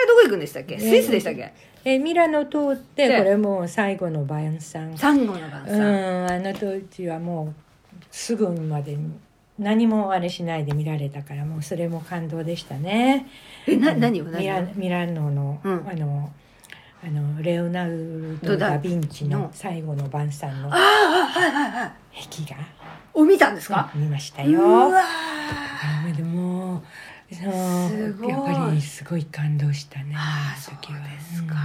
A: らどこ行くんでしたっけ
B: ね
A: スイスでしたっけ
B: えミラノ通って
A: で
B: これもう最後の晩餐
A: サンゴの晩
B: う
A: 餐、
B: んあの当時はもうすぐまで何もあれしないで見られたからもうそれも感動でしたね
A: えな何を
B: ミ
A: 何
B: ラ
A: を
B: ミラノの、
A: うん
B: あのあのレオナル
A: ド
B: ド・
A: ダ
B: ダ・ヴィンチ
A: の
B: の「最後の晩餐」の
A: ああはいはいはい
B: 壁
A: お見たんです
B: が
A: か、
B: 見ました
A: う
B: よ。
A: わ
B: あでもそ
A: すご
B: の
A: い
B: やっぱりすごい感動したね
A: あー
B: の時は
A: そうですか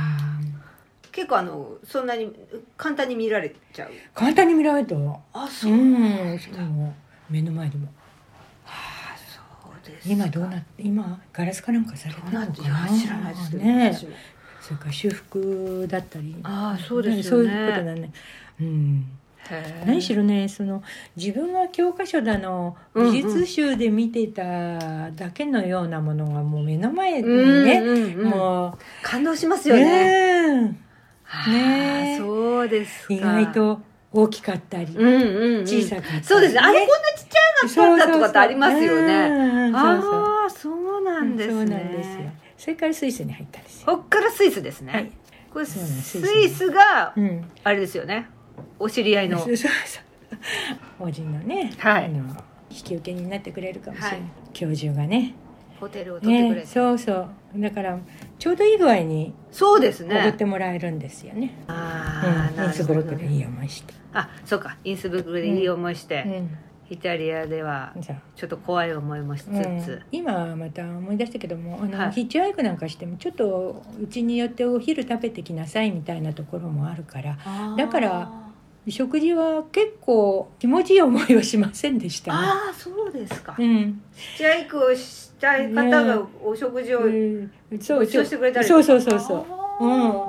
A: 結構あのそんなに簡単に見られちゃう
B: うん簡単に見られたわ
A: あそうう、
B: んもう目の前にも
A: あそうですか
B: 今どうなって今ガラスかなんかされ
A: ど
B: て
A: う
B: る
A: な
B: の
A: ってい
B: か
A: や
B: な
A: 知らないですけど、
B: ね
A: 私も
B: それから修復だったり
A: ああそうですよね
B: そういうことなんねうん
A: へー
B: 何しろねその自分は教科書だの
A: うんうん
B: 美術集で見てただけのようなものがもう目の前に
A: うん
B: ね、
A: うんうん
B: も
A: 感動します
B: う、
A: よね。
B: うん
A: あー
B: ねえ
A: そうですか。
B: 意外と大きかったり、
A: うんうんうん
B: 小さかったりね
A: そうですね。あれこんなちっちゃい
B: そうそうそう
A: だとかってありますよね
B: うんうんそうそう
A: ああそうなんですね。
B: そうなんですよ。それからスイスに入ったんですよ。
A: こっからスイスですね。
B: はい
A: これス
B: そうなんです
A: イスが
B: うん。
A: あれですよね。お知り合いの
B: [LAUGHS] そうそうそう。法人のね、
A: はい
B: あの引き受けになってくれるかもしれない。
A: はい
B: 教授がね、
A: ホテルを取ってくれて、
B: ね、そうそう。だからちょうどいい具合に
A: そうです
B: おご
A: ね
B: っ。てもらえるんですよね。
A: ああ、
B: うん。
A: な
B: イン
A: る
B: ス
A: ほ
B: ブ
A: ど
B: ロックで
A: ね。
B: いい思いして。
A: あ、そうか。インスブルクでいい思いして、
B: う
A: イタリアでは
B: ん。じゃあ。
A: ちょっと怖い思いもしつつ、
B: うん、今また思い出したけどもあの、
A: はい
B: ヒッチハイクなんかしてもちょっとうちによってお昼食べてきなさいみたいなところもあるから
A: あー
B: だから食事は結構気持ちいい思いはしませんでしたね。
A: ああそうですか。
B: うん、
A: ヒッチハイクをしたい方がお食事を
B: うんそ
A: ご
B: う
A: 馳走
B: そう
A: してくれたり
B: そうそうそうそううん
A: そ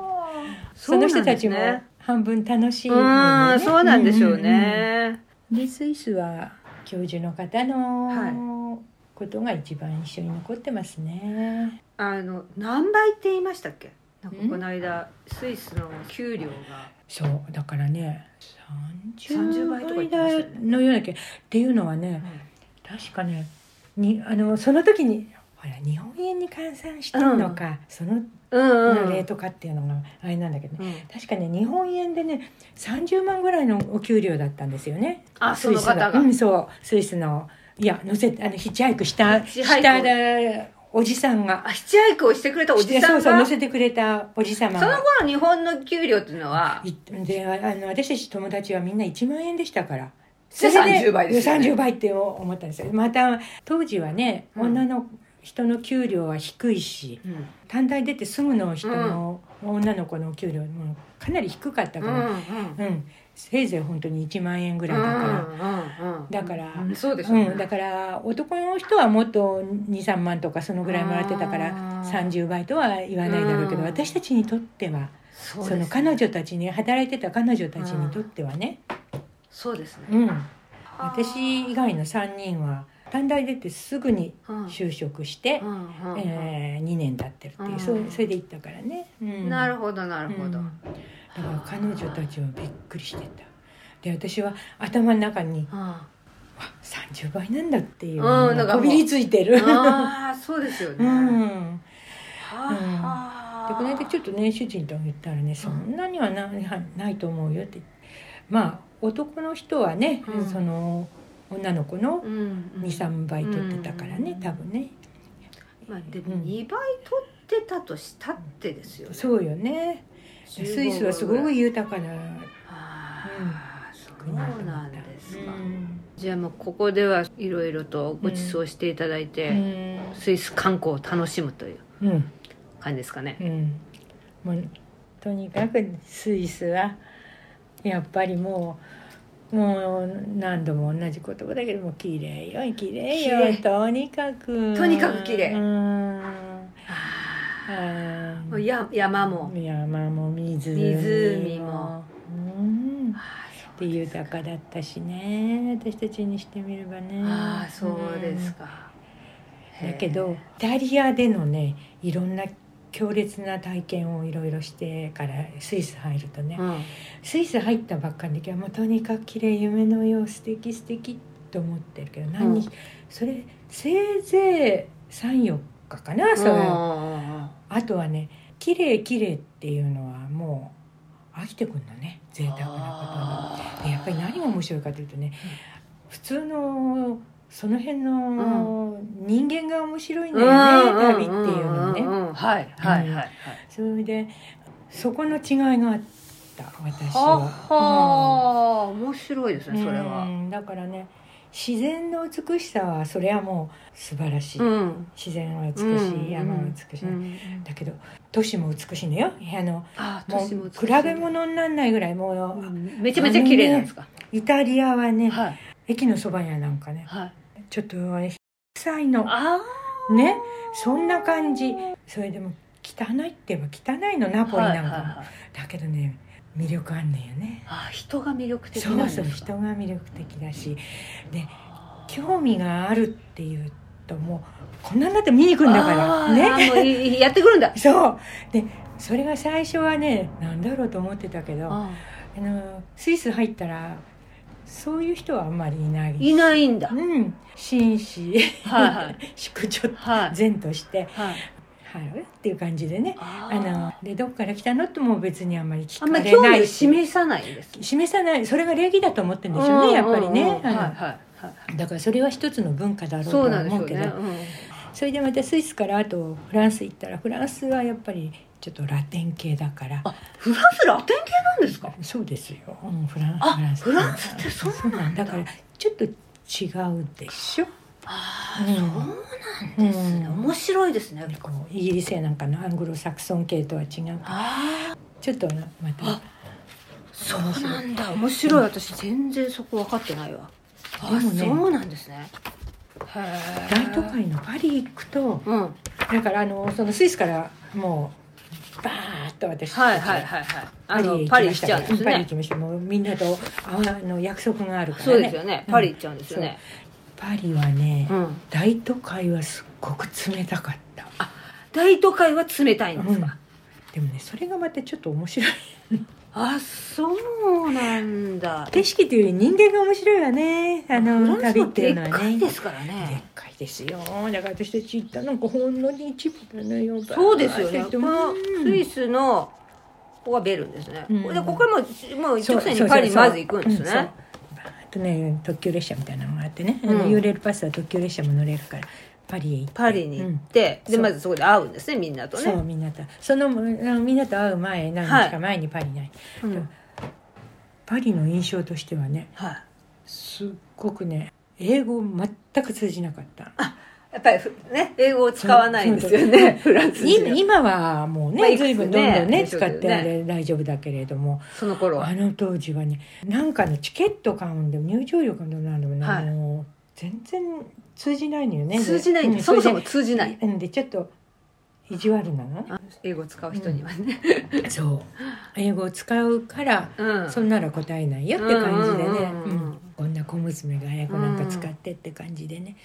B: そう
A: なんです
B: の人
A: ね
B: たちも半分楽しい、
A: うーんそうなんでしょうね、
B: うんうんうんでスイスは教授の方
A: は
B: のことが一番印象に残ってますね、
A: あの何倍って言いましたっけなんか
B: ん
A: この間スイスの給料が
B: そうだからね
A: 30
B: 30
A: 倍
B: 倍
A: とか言ってましたよね
B: のような気がっていうのはね確かねにあのその時にほら日本円に換算してるのか、その
A: うんうん
B: レートかっていうのがあれなんだけどね、
A: うん
B: 確かね日本円でね30万ぐらいのお給料だったんですよね
A: あ
B: スイス
A: その方が
B: うん、そうスイスのいや乗せあのヒッチハイクした
A: ヒッチ
B: し
A: ハイク
B: ただおじさんが
A: あヒッチハイクをしてくれたおじさんが
B: そうそう乗
A: そ
B: せてくれたおじさま
A: の頃日本の給料っていうのはい
B: であの私たち友達はみんな1万円でしたから
A: それ30倍ですよね
B: 30倍って思ったんですよまた当時はね、
A: うん
B: 女の人の給料は低いし
A: うん
B: 短大出てすぐの人の、女の子の給料もかなり低かった
A: うん
B: か
A: う
B: ら、
A: ん
B: うん、せいぜい本当に1万円ぐらいだから、
A: うんうん
B: だから
A: うんそうでし
B: う
A: ょ
B: ん
A: ね
B: だから男の人はもっと23万とかそのぐらいもらってたから
A: あー
B: 30倍とは言わないだろうけど
A: うん
B: 私たちにとっては
A: そう
B: そ
A: で
B: の
A: すね
B: 彼女たちに働いてた彼女たちにとってはね、
A: そうですね
B: うん、私以外の3人は短大出てすぐに
A: うん
B: 就職して
A: う、んうん
B: え2年経ってるっていう、
A: うん
B: そうそれで行ったからね。うん
A: なるほどなるほど、
B: うんだから彼女たちもびっくりしてたで私は頭の中に
A: あ
B: あ30倍なんだっていう
A: うんなんかも
B: こ
A: う
B: びりついてる
A: ーあーそうですよ
B: [LAUGHS] う
A: ね、は
B: ん
A: あは
B: で
A: あ
B: この間ちょっとね主人と言ったらねそんなにはなはないと思うよってまあ男の人はね、
A: うん
B: その女の子の
A: うんうん
B: 23倍取ってたからね、
A: うん
B: 多分ね
A: まあ、で
B: う
A: も
B: ん
A: 2倍取ってたとしたってですよね、
B: そうよね
A: 15
B: スイスはすごく
A: ぐらい
B: 豊かな
A: あーそうなんですか、
B: うん
A: じゃあもうここではいろいろとご馳走していただいて、スイス観光を楽しむという
B: うんうん
A: 感じですかね、
B: うん、もうとにかくスイスはやっぱりもうもう何度も同じ言葉だけどもう綺麗よ綺麗よ
A: 綺麗
B: とにかく
A: とにかく綺麗
B: うんあ
A: も
B: ー
A: うや山も、
B: 山も湖も
A: 湖も
B: うん、
A: あ
B: で豊かだったしね私たちにしてみればね
A: あーそうですか、
B: だけどイタリアでのねいろんな強烈な体験をいろいろしてからスイス入るとね、
A: へー、うん
B: スイス入ったばっかりの時はもうとにかく綺麗夢のよう素敵素敵と思ってるけど何日、
A: う
B: それせいぜい34日かなそれ、
A: うん
B: あとはね綺麗綺麗っていうのはもう飽きてくんのね贅沢なことにでやっぱり何が面白いかというとね、普通のその辺の人間が面白いんだよね、旅っていうのね、
A: んうんはいはいはいはい
B: それでそこの違いがあった私
A: は
B: は。うん
A: は面白いですねそれ
B: う
A: は
B: んだからね自然の美しさはそれはもう素晴らしい、
A: ん
B: 自然は美しい、山は美しい、だけど都市も美しいのよあの
A: あ
B: もう
A: 私も
B: 比べ物にならないぐらいもう、
A: めちゃめちゃ綺麗なんですか
B: イタリアはね、
A: はい
B: 駅のそばやなんかね
A: はい
B: ちょっとね臭いの
A: あ
B: ねそんな感じそれでも汚いって言えば汚いのナポリなんかも、だけどね魅力あんねんよね
A: あ人が魅力的
B: そ
A: なん
B: う
A: です
B: そ
A: か
B: う人が魅力的だしで興味があるっていうともうこんなんだって見に行くんだからね
A: あーもういいやってくるんだ
B: そうでそれが最初はね何だろうと思ってたけどあ
A: あ
B: のスイス入ったらそういう人はあんまりいない
A: ーいないんだ
B: うん紳士
A: はい
B: [LAUGHS]
A: はい
B: 淑女
A: はい
B: 善として
A: はい
B: はいっていう感じでね
A: あ
B: あのでどっから来たのっても別にあんまり聞
A: あんま
B: か
A: り
B: れ
A: 興
B: な
A: 味を
B: いし
A: 示さないんです
B: 示さないそれが礼儀だと思ってるんでしょうねやっぱり
A: うんうん
B: ね
A: うん
B: あ
A: はい
B: の
A: はいはい
B: だからそれは一つの文化だろうと
A: そ
B: は
A: うなんでしょ
B: 思う
A: う
B: け
A: ね
B: どそ,、れでまたスイスからあとフランス行ったらフランスはやっぱりちょっとラテン系だから
A: あフランスラテン系なんですか
B: そうですよ、うん、フラン
A: あ
B: ス
A: フランスってそうなんだ
B: だからちょっと違うでしょ、
A: ああ
B: うん
A: そうなんですね
B: うん
A: 面白いですね
B: こうイギリスやなんかのアングロサクソン系とは違う
A: ああ
B: ちょっとなまた
A: あそうなんだ面白い私全然そこ分かってないわあ
B: でもね
A: そうなんですねへえ
B: 大都会のパリ行くと
A: うん
B: だからあのそのスイスからもうバーッと私
A: はいはいはいはいあ
B: へ
A: の
B: 行
A: パ
B: き
A: リ
B: ま
A: し
B: した
A: ちゃ
B: か
A: う
B: ら
A: んです
B: パリ行
A: ね
B: きましたもうみんなとああの約束があるからね
A: そうですよね
B: うん
A: パリ行っちゃうんですよね
B: パリはね、
A: うん
B: 大都会はすっごく冷たかった
A: 大都会は冷たいんですか
B: でもねそれがまたちょっと面白い
A: あそうなんだ
B: 景色というより人間が面白いわねあの
A: フランス
B: 旅っ
A: も
B: てい
A: で
B: う
A: っ
B: のは
A: か
B: ね
A: いですから
B: でっ
A: ね
B: かいですよだから私たち行ったなんかほんのに一部なのよ
A: そうですよね
B: バー
A: こ
B: ッと
A: の
B: うん
A: スイスのここはベルンですね
B: うん
A: でここはもうもう一直線
B: そう
A: にパリにまず行くんです。
B: そうそうそうう
A: ね
B: そうバーッとね特急列車みたいなのがあってね、
A: うん
B: あの揺れるパスは特急列車も乗れるからパリへ行って
A: パリに行って
B: う
A: で
B: んそう
A: まずそこで会うんですねみんなと
B: そう
A: ね
B: みんなとそのあのみんなと会う前何日か前にパリに、い、
A: うん
B: パリの印象としてはね
A: はい
B: すっごくね英語全く通じなかった
A: やっぱりふね英語を使わないんですよねフランス人
B: 今
A: は
B: 今はもう
A: まあ
B: ね
A: いくつね
B: 随分どんどんね
A: でし
B: 使
A: ょう
B: っ
A: けどね
B: てあれ大丈夫だけれども
A: その頃は
B: あの当時はねなんかのチケット買うんでも入場料買うんでもなんでもね、
A: はい
B: もう全然通じないのよね
A: 通じないん
B: う
A: ですそもそも
B: 通
A: 通じ
B: じ
A: ない
B: うんでちょっと意地悪なの
A: あ英語を使う人にはね
B: そう英語を使うから
A: うん
B: そんなら答えないよって感じでね、
A: うんうんうんうん
B: うんこんな小娘が英語なんか使ってって感じでね、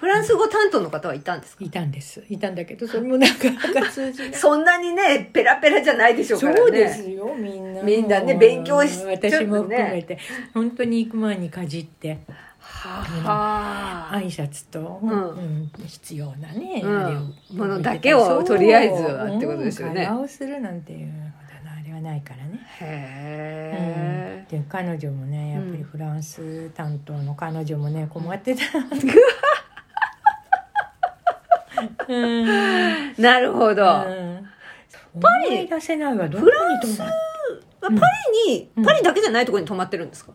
A: フランス語担当の方はいたんですか
B: いたんですいたんだけどそれもなかなか通じない。
A: そんなにねペラペラじゃないでしょうからね
B: そうですよみんな
A: みんなね勉強し
B: 私も含めて、本当に行く前にかじって
A: はあ
B: 挨拶と、
A: うん
B: うん必要なね、
A: うん
B: あれを
A: ものだけを
B: そう
A: とりあえずはってことですよね
B: うん会話をするなんていうことのあれはないからね
A: へ
B: で彼女もねやっぱりフランス担当の彼女もね困って
A: [LAUGHS]
B: た、うん
A: え、なるほど、
B: パリ出せないわどこに泊まっ
A: パリに、
B: うん
A: パリだけじゃないところに泊まってるんですか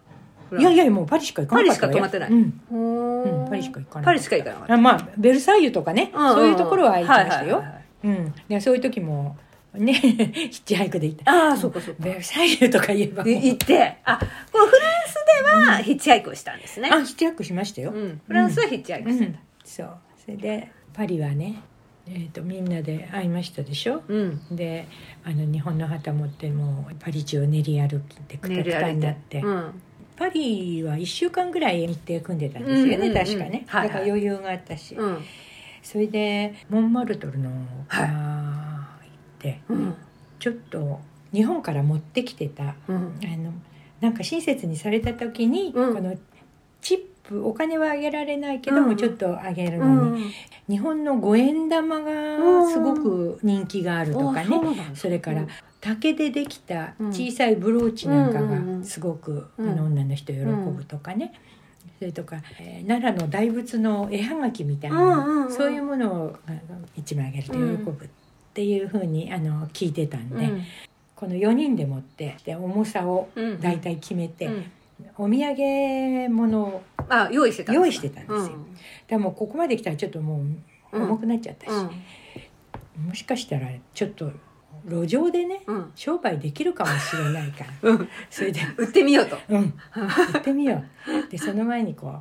B: いやいやいやもうパリしか行かなかったわよ
A: パリしか泊まってない
B: うん
A: フランスは
B: うんパリしか行かない
A: パリしか行かなかった
B: あまあベルサイユとかね、
A: んんん
B: そういうところは行きましたよ、
A: はいはいはい
B: うん、でそういう時もね [LAUGHS] ヒッチハイクで行った
A: ああそうかそうか
B: ベルサイユとか言えばもう
A: い行ってあこのフランスではヒッチハイクをしたんですね、
B: あヒッチハイクしましたよ、
A: うん、フランスはヒッチハイク
B: う
A: したんだ
B: ん、そうそれでパリはね、えー、とみんなで会いましたでしょ
A: うん、
B: であの日本の旗持ってもうパリ中を練り歩いてくた
A: 練
B: く
A: り
B: た
A: 歩い
B: に
A: て
B: なって、
A: うん、
B: パリは1週間ぐらい日程組んでたんです
A: うんう
B: よ
A: ん
B: ね、
A: うん
B: 確かね、
A: はいはい
B: だから余裕があったし、
A: うん
B: それでモンマルトルの
A: はい
B: あー行って
A: うん
B: ちょっと日本から持ってきてたあ
A: うん
B: のなんか親切にされた時に、
A: うん
B: このチップお金はあげられないけど
A: うん
B: も、ちょっとあげ
A: う
B: るのに、
A: ん
B: 日本の五円玉がすごく人気があるとかね、それから竹でできた小さいブローチなんか
A: うんうんうん
B: がすごく、
A: うん
B: あの女の人喜ぶとかね、それとか、えー奈良の大仏の絵はがきみたいな、
A: うんうんうん
B: そういうものをあの一枚あげると喜ぶっていうふうにあの聞いてたんで、この4人で持ってで重さを
A: うん
B: 大体決めて、
A: うん
B: お土産物を
A: あ用意してたんですか
B: 用意してたんですよ。でもここまで来たらちょっともう重くなっちゃったし、
A: うん
B: もしかしたらちょっと路上でね、
A: うんうん
B: 商売できるかもしれないから
A: うん
B: それで
A: 売ってみようと
B: うん行ってみようでその前にこ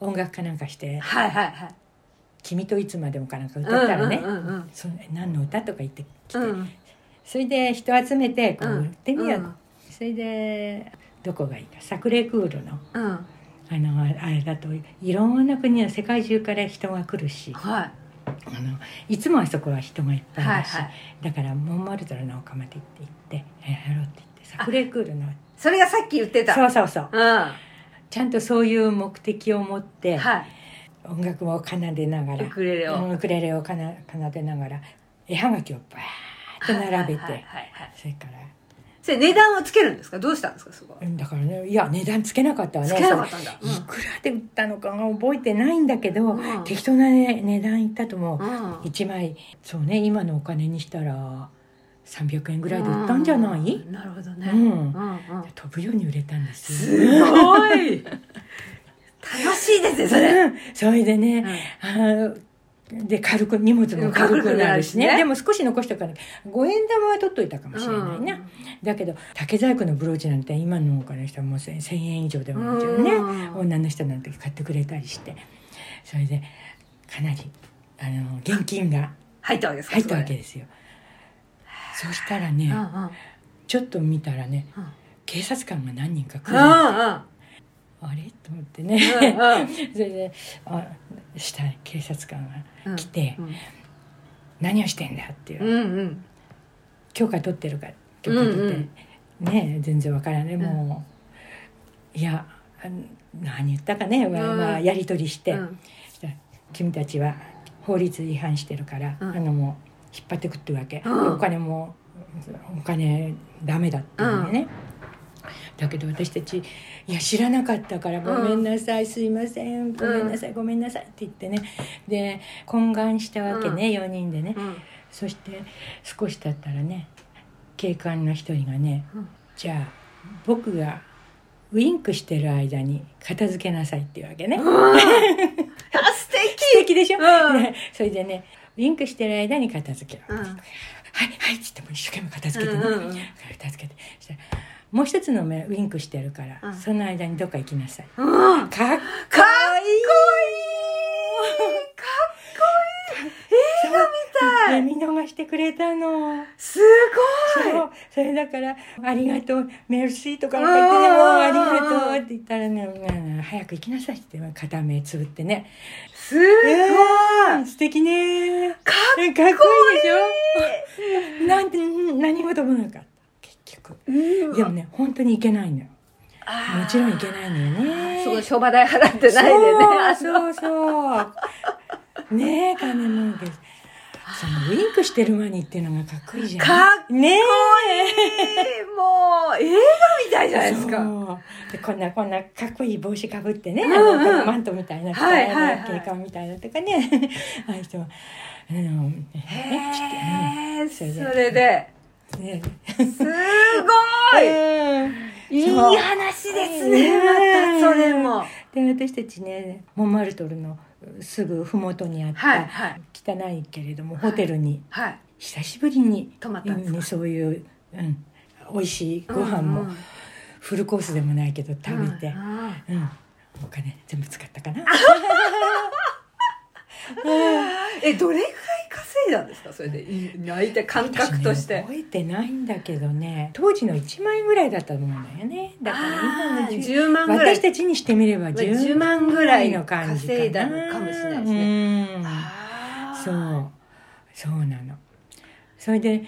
B: う音楽家なんかして
A: はいはいはい
B: 「君といつまでも」かなんか歌ったらね、
A: うんうんうんうん
B: その何の歌とか言ってきて、
A: うん
B: それで人集めてこ
A: う
B: う売っ
A: ん
B: てみよう、
A: うん
B: それでどこがいいかサクレクールの
A: うん
B: あのあれだといろんな国の世界中から人が来るし
A: はい
B: あのいつもあそこは人がいっぱいい
A: はい
B: るし、
A: はい
B: だからモンマルトルの丘まで行って行ってえーやろうって言ってサクレクールの
A: それがさっき言ってた
B: そうそうそう
A: うんは
B: ちゃんとそういう目的を持って、
A: い
B: 音楽を奏でながら
A: ウクレレを
B: うんウクレレを奏奏でながら絵はがきをバーッと並べ
A: はいはい
B: て
A: はいはい
B: それから
A: それ値段をつけるんですかどうしたんですかそこは
B: うんだからねいや値段つけなかったわね
A: つけなかったんだ
B: そういくらで売ったのかが覚えてないんだけど、
A: うん
B: 適当な、ね、値段いったと思う、
A: うん
B: 1枚そうね今のお金にしたら300円ぐらいで売ったんじゃない、
A: うんなるほどね
B: うん
A: うんうん
B: 飛ぶように売れたんですよ
A: すご
B: [LAUGHS]
A: い楽しいですねそれ、
B: うんそれでね、
A: うん
B: あー [LAUGHS] で軽く荷物も軽くなる
A: 軽
B: しね
A: くなるしね
B: でも少し残しとかなきゃ5円玉は取っといたかもしれないな、
A: うん
B: だけど竹細工のブローチなんて今のお金の人はもう1000 1000円以上でももちろんね、
A: うん
B: 女の人なんて買ってくれたりしてそれでかなりあの現金が
A: 入ったわけですか
B: 入ったわ
A: そこ
B: け
A: で
B: ですよそうしたらね、
A: うんうん
B: ちょっと見たらね
A: うん
B: 警察官が何人か来
A: うん
B: るあ
A: うん
B: れと思ってね、
A: うんうん
B: [LAUGHS] それであした警察官が
A: うん
B: 来て
A: うん
B: 「何をしてんだ」っていう、
A: うんうん
B: 許可取ってるか許可取ってる、ねえ全然わからないもう、いやあの何言ったかね、まあ
A: うん
B: まあやり取りして、
A: うん
B: 君たちは法律違反してるから、
A: うん
B: あのもう引っ張ってくってわけ、
A: うん
B: お金もお金ダメだっていうんでね、だけど私たち「いや知らなかったからごめんなさい、すいませんごめんなさい、ごめんなさい」って言ってねで懇願したわけね、4人でね、
A: うん
B: そして少し経ったらね警官の一人がね
A: うん
B: 「じゃあ僕がウインクしてる間に片付けなさい」っていうわけね。
A: あ素敵
B: 素敵でしょ、
A: うん
B: ねそれでねウィンクしてる間に片付けろ、
A: うん
B: はいはいっつってもう一生懸命片付けてね、
A: うんうんうん
B: 片付けてそしたらもう一つの目ウィンクしてるから、
A: うん
B: その間にどっか行きなさい
A: うん
B: かっ
A: かっこいいか
B: 映画みたい見逃してくれたの
A: す
B: そうそれだから「ありがとうメルシー」とかなんか言ってね
A: う
B: 「
A: ん
B: もうありがとう」って言ったらねうん「早く行きなさい」って片目つぶってね
A: すごい
B: うん素敵ねかっこいいでしょなんてうん何も飛ばなかった結局
A: うん
B: でもね本当に行けないのよ
A: あー
B: もちろん行けないのよね
A: そこで商売代払ってないでねあの
B: そうそうそうねえ金儲けそのウィンクしてる間にっていうのがかっこいいじゃん
A: かっ
B: ね
A: えーもう映画みたいじゃ
B: え
A: ないですか
B: そうでこんなこんなかっこいい帽子かぶってね、
A: うんうん
B: あのこのマントみたいな、
A: はいはいはい
B: 警官みたいなと
A: [LAUGHS]
B: かねああいう人はあのねちょっとうん
A: へえ
B: そ
A: そ
B: れで
A: れで
B: ね、
A: すごいいい
B: そう
A: 話です
B: ね
A: ねまたそれも
B: で私たちねモンマルトルのすぐ麓にあった、
A: はいはい
B: 汚いけれどもホテルに
A: はい
B: 久しぶりに
A: 泊まったんですか
B: ねそういう、うん、美味しいご飯も、
A: うんうん
B: フルコースでもないけど食べて
A: う、ん
B: うんお金全部使ったかな
A: えどれぐらい稼いだんですかそれで泣いて感覚とし
B: 私ね
A: て
B: 覚えてないんだけどね当時の1万円ぐらいだったと思うんだよねだから今の
A: あー
B: 10
A: 10万ぐらい
B: 私たちにしてみれば
A: 10
B: 10
A: 万ぐらいの
B: 感じか
A: 稼いだのかもしれないですね
B: ね
A: あー
B: そうそうなのそれで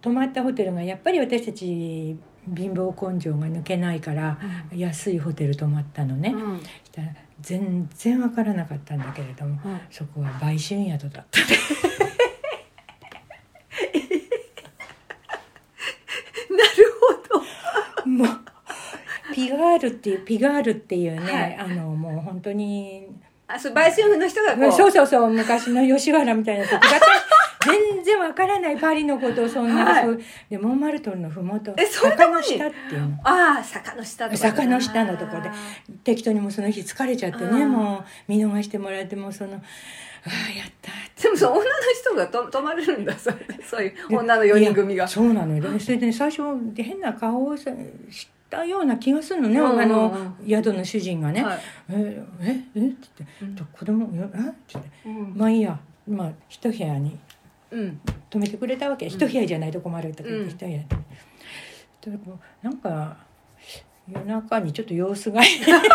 B: 泊まったホテルがやっぱり私たち貧乏根性が抜けないから安いホテル泊まったのね、
A: うんうん
B: したら全然わからなかったんだけれどもそこは売春宿だった
A: なるほど
B: もうピガールっていうピガールっていうね、
A: はい
B: あのもう本当に
A: あそう売春婦の人がこう
B: そうそうそう昔の吉原みたいなと
A: [LAUGHS]
B: こが全然わからないパリのことをそんな、
A: はい
B: そうでモンマルトルのふもと
A: えそんなとこに
B: の下っていうの
A: ああ坂の下とか
B: 坂の下のとこで適当にもうその日疲れちゃってね、
A: うん
B: もう見逃してもらってもうその「ああやった」って
A: でもその女の人がと泊まれるんだそれでそういう女の4人組
B: い
A: が
B: やそうなのよでそれでね最初変な顔をさしたような気がするのね、
A: うんうんうん
B: あの宿の主人がね「
A: はい
B: えええって言って、子供ええって言って
A: うん
B: まあいいやまあ一部屋に
A: うん
B: 泊めてくれたわけ、一部屋じゃないと困るって言って、
A: うん
B: 一部屋でもなんか夜中にちょっと様子が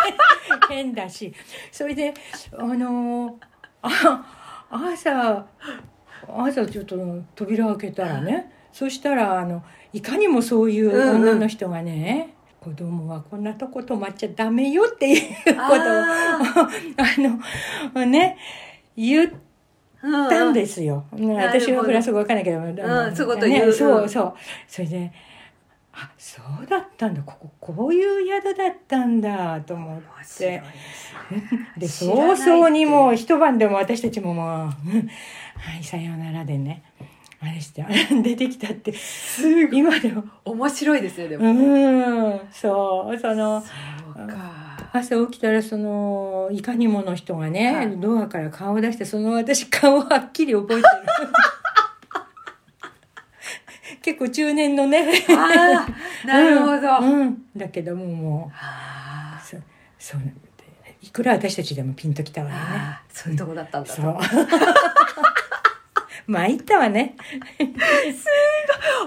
B: [LAUGHS] 変だしそれであのあ朝朝ちょっと扉開けたらねそしたらあのいかにもそういう女の人がね、子供はこんなとこ泊まっちゃダメよっていうことをあのね言っ
A: う
B: て。
A: ん
B: ったんですよ。ね
A: なるほど
B: 私はフランス語わかんないけど、あの
A: そういうこと言う
B: ねそううんそう。それで、あ、そうだったんだ。こここういう宿だったんだと思
A: 面
B: っ
A: 白い
B: て
A: で。す
B: で、
A: 知らない
B: 早
A: って
B: 々にもう一晩でも私たちももう、 [LAUGHS] うんはい、さようならでね。あれして、出てきたって、
A: すごい
B: 今でも、
A: 面白いですねでも、
B: うん、そう、その、
A: そうか
B: 朝起きたらそのいかにもの人がね、
A: はい
B: ドアから顔を出してその私顔はっきり覚えてる [LAUGHS] 結構中年のね
A: あー [LAUGHS] なるほど、
B: うんうんだけどももう
A: あー
B: そそうなんでいくら私たちでもピンときたわよね
A: あーそういうとこだったんだと
B: そう [LAUGHS] 参ったわね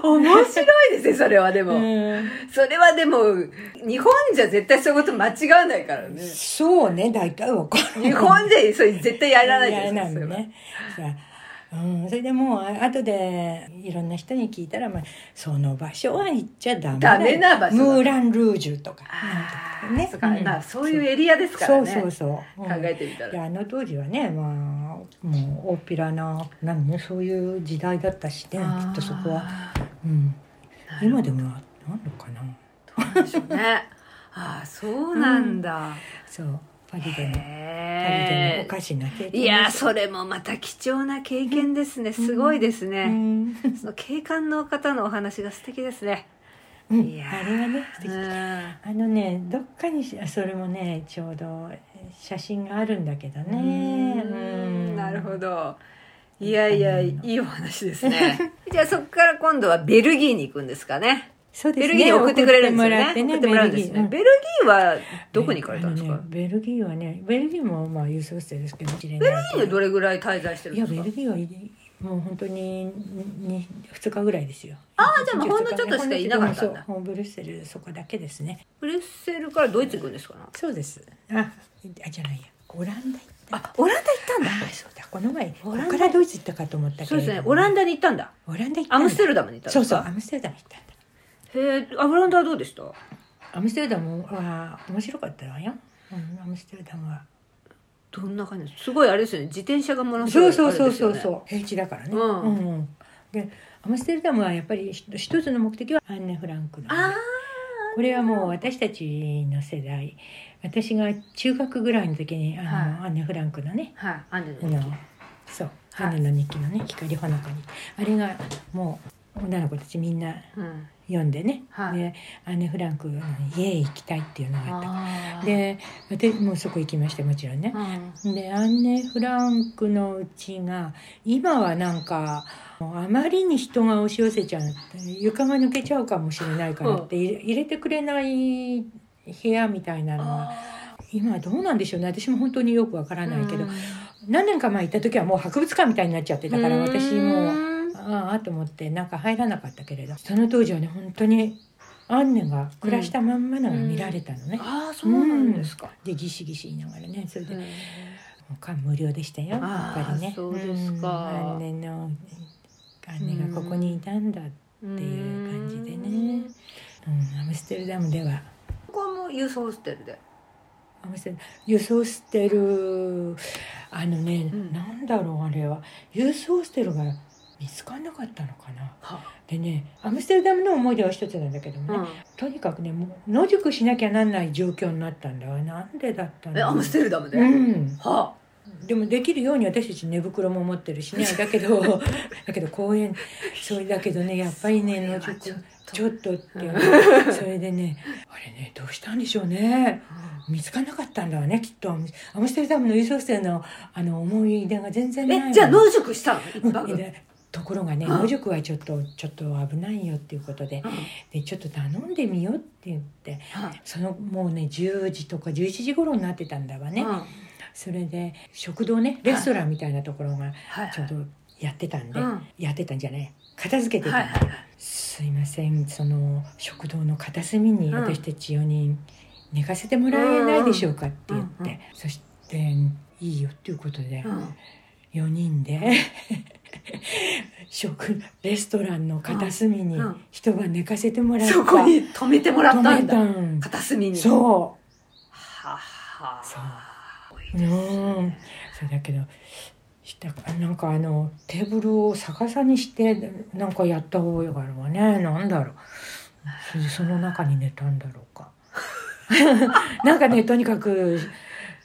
A: 面白いですねそれはでも、
B: うん
A: それはでも日本じゃ絶対そういうこと間違わないからね
B: そうね大体わかる
A: 日本でそれ絶対やらないじゃないですか
B: やらないのね。じゃあうん、それでもうあ後でいろんな人に聞いたら、まあ、その場所は行っちゃダメだ
A: ダメな場所だ
B: ムーラン・ルージュとか
A: あ
B: な
A: ー
B: んと
A: そう
B: か
A: か
B: ね
A: まあそういう
B: う
A: エリアです
B: ん
A: からね
B: そうそうそう、うん
A: 考えてみた
B: で
A: ら、
B: あの当時はね、まあ、もう大っぴらな何、ね、そういう時代だったしねきっとそこは、
A: は
B: うん、今で
A: も
B: もあんのかな
A: どうなんでしょう
B: [LAUGHS]
A: ねああそうなんだ、
B: そうパリでのパリでのお
A: へえ
B: かしな経験
A: いやーそれもまた貴重な経験ですね、すごいです
B: う
A: ね、
B: ん、
A: その警官の方のお話が素敵ですね
B: うん
A: いやー
B: あれはね素敵
A: うん
B: あのねどっかにしあそれもねちょうどえー写真があるんだけど
A: う
B: ね
A: んなるほ
B: ど
A: どいやいやいいお話です
B: [LAUGHS]
A: ねじゃあそこから今度はベルギーに行くんですかね
B: そうです
A: ベ
B: ね
A: ルギーに送ってくれるんですよね
B: 送ってもらってね
A: 送ってもらうんです
B: ベルギーう
A: ね
B: ん
A: ベルギーはどこに行かれたんです
B: あの
A: か
B: ねベルギーはねベルギーもまあ郵送生ですけどベルギ
A: ベルギーでどれぐらい滞在してる
B: い
A: んで
B: や
A: すか
B: ベルギーはいいもう本当にに2日ぐらいですよ
A: あーじゃあまあほんのちょっとしかいなかったんだ
B: そうブルッセルそこだけですね
A: ブリュッセルからドイツ行くんですかね
B: そうですああじゃないやオランダ行った
A: あオランダ行ったんだ
B: あーそうだこの前
A: オラ
B: こ
A: ンダ
B: こからドイツ行ったかと思ったけ
A: そう
B: れ
A: で
B: ど
A: すねオランダに行ったんだ
B: オランダ行った
A: ア
B: んだ
A: ムステルダムに行ったん
B: そ
A: で
B: う
A: す
B: そう
A: か
B: アムステルダム行ったんだ
A: へえあオランダはどうでした
B: アムステルダムは面白かったわよ、うん、アムステルダムは
A: どんな感じですすごいあれですよね自転車がものす
B: そ
A: ごいう
B: そう
A: あれ
B: そう
A: ですよ
B: そう
A: ね
B: そう、平地だからね、
A: うん
B: うんでアムステルダムはやっぱり一一つの目的はアンネ・フランクの
A: あ
B: これはもう私たちの世代私が中学ぐらいの時にあの、
A: は
B: アンネ・フランクのね
A: あはいアンデ
B: あ
A: の
B: のそう「
A: はい
B: アンネの日記」のね光ほのかにあれがもう女の子たちみんな
A: うん
B: 読んでね、
A: はい
B: でアンネ・フランクの家へ行きたいっていうのがあった
A: あー
B: で私もうそこ行きましたもちろんね
A: う、ん
B: でアンネ・フランクのうちが今はなんかもうあまりに人が押し寄せちゃう床が抜けちゃうかもしれないからって入れ入れてくれない部屋みたいなのは今はどうなんでしょうね私も本当によくわからないけど、
A: うん
B: 何年か前行った時はもう博物館みたいになっちゃってだから私もう
A: うん
B: ああと思ってなんか入らなかったけれどその当時はね本当にアンネが暮らしたまんまのが見られたのね。
A: ああそうなんですか、
B: でギシギシ言いながらねそれで、
A: うん
B: 他無料でしたよやっ
A: あー
B: ぱりね
A: そうですか
B: うん姉の姉がここにいたんだ、うん
A: って
B: いう感じでね
A: うん
B: アムステルダムでは
A: ここもユースホステルで
B: アムステル輸送ステルあのね、
A: うん
B: なんだろうあれは輸送ステルが見つかんなかったのかな
A: は
B: でねアムステルダムの思い出は一つなんだけどもね、とにかくねもう野宿しなきゃなんない状況になったんだわなんでだったん
A: え
B: だ
A: ア
B: ろう
A: ムステルダムで、
B: うん
A: は
B: でもできるように私たち寝袋も持ってるしねだけど
A: [LAUGHS]
B: だけど公園それだけどねやっぱりね
A: それは
B: 野
A: ちょっ
B: 宿
A: と
B: ちょっとっていうのそれでねあれねどうしたんでしょうね
A: あ
B: 見つかんなかったんだわねきっとアムステルダムの輸送船のあの思い出が全然ないわ
A: えじゃあ野宿したの
B: う
A: 一
B: ん
A: 泊、
B: でところがね
A: うん
B: 野宿はちょっとちょっと危ないよっていうことで
A: うん
B: でちょっと頼んでみようって言って
A: はい
B: そのもうね10時とか11時頃になってたんだわね
A: うんはい
B: それで食堂ねレストランみたいなところが
A: はい
B: ちょうどやってたんで、
A: うん
B: やってたんじゃない片付けてた
A: は
B: ん
A: い
B: で、
A: はいはい
B: すいませんその食堂の片隅に
A: うん
B: 私たち4人寝かせてもらえないでしょうかって言って、
A: うんうん
B: そしていいよっていうことで、
A: うん
B: 4人で [LAUGHS] 食レストランの片隅に
A: うんうん
B: 一晩寝かせてもらった、
A: そこに止めてもらったんだ
B: 止めたん
A: 片隅にう
B: そ
A: はあはあ
B: そ
A: 多いう
B: う
A: です
B: うん
A: ね
B: そうだけどしたなんかあのテーブルを逆さにしてなんかやった方があるわねなんだろうそれでその中に寝たんだろうか [LAUGHS] なんかねとにかく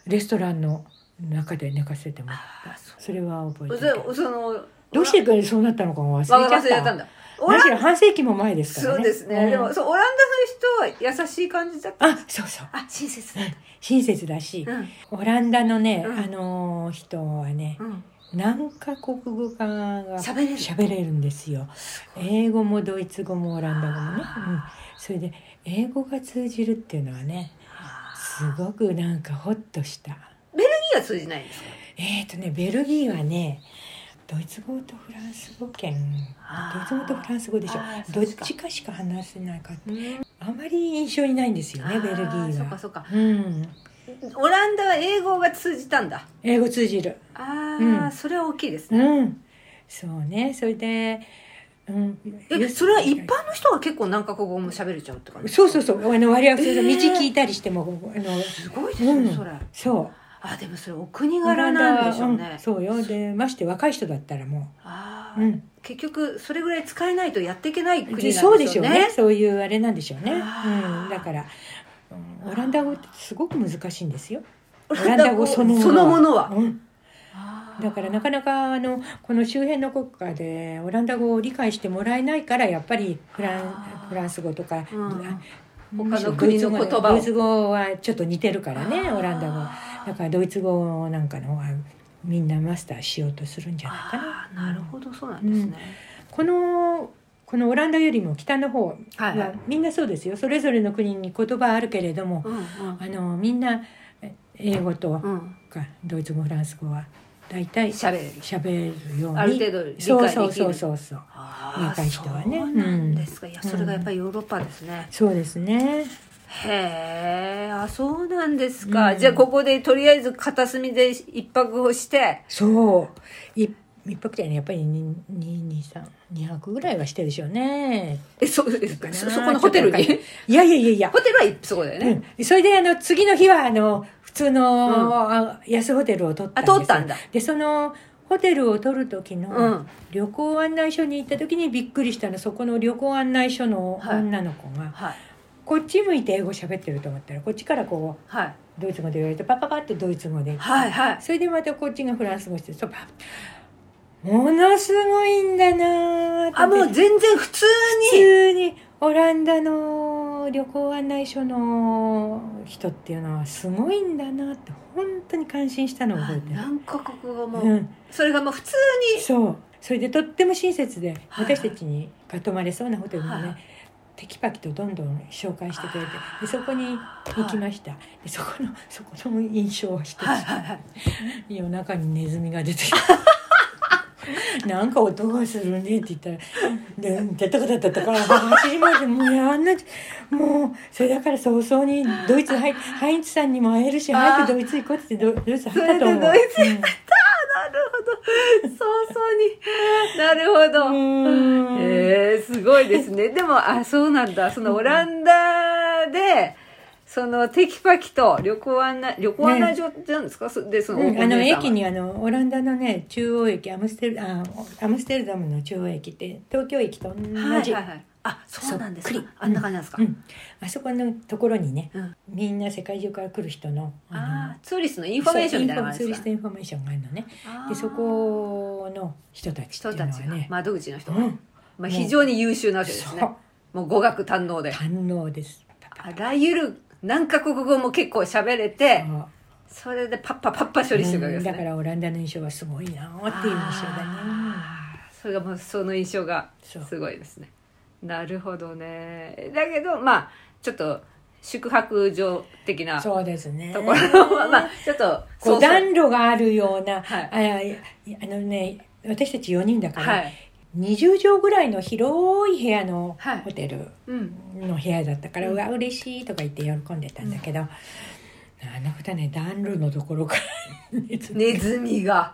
B: レストランの中で寝かせてもらったそれは覚えてる
A: そその
B: どうしてくそうなったのかも忘れちゃ
A: わが
B: った
A: 忘れちゃったんだオラ
B: む
A: ン
B: しろ半世紀も前ですから
A: そ
B: ね
A: うですね、
B: ん
A: でもそうオランダの人は優しい感じだった
B: あそうそう
A: あ親切
B: うん親切だし
A: うん
B: オランダのね、
A: うん
B: あのー人はね
A: うん
B: 何カ国語かが
A: 喋れる
B: 喋れるんですよ英語もドイツ語もオランダ語もね、うん、それで英語が通じるっていうのはねすごくなんかホッとした
A: 何が通じないんですか
B: えっ、ー、とねベルギーはねドイツ語とフランス語圏ドイツ語とフランス語でしょ
A: あー
B: どっ
A: そうです
B: ちかしか話せなかった
A: うん
B: あまり印象にないんですよ
A: あ
B: ね
A: ー
B: ベルギー
A: そう
B: は
A: かそうか
B: うん
A: オランダは英語が通じたんだ
B: 英語通じる
A: ああ、
B: うん
A: それは大きいですね、
B: うんそうねそれでうん
A: えそれは一般の人が結構何カ国語も喋れちゃうって感じ
B: そうそうそうあの割合それで
A: えー
B: 道聞いたりしても、あの
A: すごいですね、
B: うん
A: それ
B: そう
A: あでもそれお国柄なんでしょう
B: オランダ
A: ね
B: ん、そうよでまして若い人だったらも
A: ああ、
B: う、うん、
A: 結局それぐらい使えないとやっていけない国なんで
B: で
A: し
B: そ
A: ょう
B: う
A: ね
B: でしょうねそういうあれなんでしょうね、う
A: あー
B: ん、だから、うんオランダ語ってすごく難しいんですよ
A: オ
B: オ
A: ラ
B: ラ
A: ン
B: ン
A: ダ
B: ダ
A: 語
B: 語
A: そ
B: そ
A: の
B: の
A: も
B: も
A: の
B: の
A: は
B: は
A: そのものは
B: うん、だからな
A: か
B: かなかあのこの周辺の国家でオランダ語を理解してもらえないからやっぱりフラ
A: あー
B: ンフランス語とか、あ
A: 他の国の言葉を
B: ドイツ語はちょっと似てるからねオランダ語だ
A: だ
B: からドイツ語なんかのはみんなマスターしようとするんじゃないかな
A: あーなるほどそうなんですね、
B: このこのオランダよりも北の方
A: はいはい
B: はみんなそうですよそれぞれの国に言葉あるけれども
A: うんうん
B: あのみんなえ英語と
A: うん
B: かドイツ語フランス語は大体
A: 喋れる
B: 喋るように
A: ある程度理解できる
B: そうそうそうそうそう
A: あ
B: 若い人はね
A: そうなんですか、いやそれがやっぱりヨーロッパですね、
B: そうですね
A: へえあそうなんですか、
B: うん
A: じゃあここでとりあえず片隅で一泊をして
B: そうい一泊でねやっぱり232泊ぐらいはしてるでしょうね
A: えそうですかそそこのホテルに
B: いやいやいやいや
A: ホテルはそこだよね、
B: うん、それであの次の日はあの普通の、あ安ホテルを取った
A: あ
B: んですよ
A: 通ったんだ
B: でそのホテルを取る時
A: う
B: の
A: ん
B: 旅行案内所に行った時にびっくりしたのそこの旅行案内所の
A: はい
B: 女の子が、
A: はい
B: こっち向いて英語喋ってると思ったらこっちからこ
A: は
B: うドイツ語で言われてパパパってドイツ語で
A: いはいはい
B: それでまたこっちがフランス語してそうパッものすごいんだなーって
A: あもう全然普通
B: 普
A: に
B: 通にオランダの旅行案内所の人っていうのはすごいんだなって本当に感心したのを覚えてる
A: 何カ国語も、
B: うん、
A: それがもう普通に
B: そうそれでとっても親切で
A: はい
B: 私たちにが泊まれそうなホテルも
A: はい
B: ねテキパキとどんどん紹介してくれてでそこに行きましたでそこのそこの印象は一つ
A: はいはいはい
B: 夜中にネズミが出てきたなんか音がするねって言ったら「で出たかだったかから走り回ってもうやんなもうそれだから早々にドイツ入ハインツさんにも会えるし
A: あー
B: 早くドイツ行こう」って言ってドドイツ入ったと思う。
A: それでなるほど。早々に。なるほ
B: う
A: ど。
B: んうん
A: えー、すごいですね。 [LAUGHS] でも、あ、そうなんだ。そのオランダで、そのテキパキと旅行案内、旅行案内所ってなんですか、そで、その、
B: うんあ
A: お姉さ
B: の
A: んは
B: 駅。にあのオランダのね中央駅アムステルあアムステルダムの中央駅って東京駅と同じ、
A: はいはいはい。あ、そうなんです
B: そ
A: か
B: っくり。
A: あんな感じなんですか。
B: うん、あそこのところにね、
A: うん
B: みんな世界中から来る人のあの
A: あーツーリストのインフォメーションみたいな感じ
B: そうインフ
A: ですか
B: ォツーリストインフォメーションがあるのね
A: あー
B: でそこの人たちってい
A: 人
B: うの
A: た
B: は
A: ちが、
B: ね、
A: 窓口の人
B: う
A: が、
B: ん、
A: まあ、
B: もう
A: 非常に優秀なわけです
B: そ
A: ね
B: う。
A: もう語学堪能で。
B: 堪能です
A: あらゆる何カ国語も結構喋れて、
B: そう
A: それでパッパパッパ処理していくわけですね、
B: うんだからオランダの印象はすごいなーっていう印象だね
A: あーそれがもうその印象が
B: そう
A: すごいですねなるほどねだけどまあちょっと宿泊所的なと
B: そうですね
A: [LAUGHS] ころは、まあちょっと
B: [LAUGHS] こ
A: そううそう
B: 暖炉があるような、
A: は
B: あいやあのね私たち4人だから、
A: はい
B: 20畳ぐらいの広い部屋の
A: はい
B: ホテル
A: うん
B: の部屋だったから、
A: う
B: うんわ嬉しいとか言って喜んでたんだけど、あのことはね暖炉のところから熱
A: [LAUGHS] ネズミが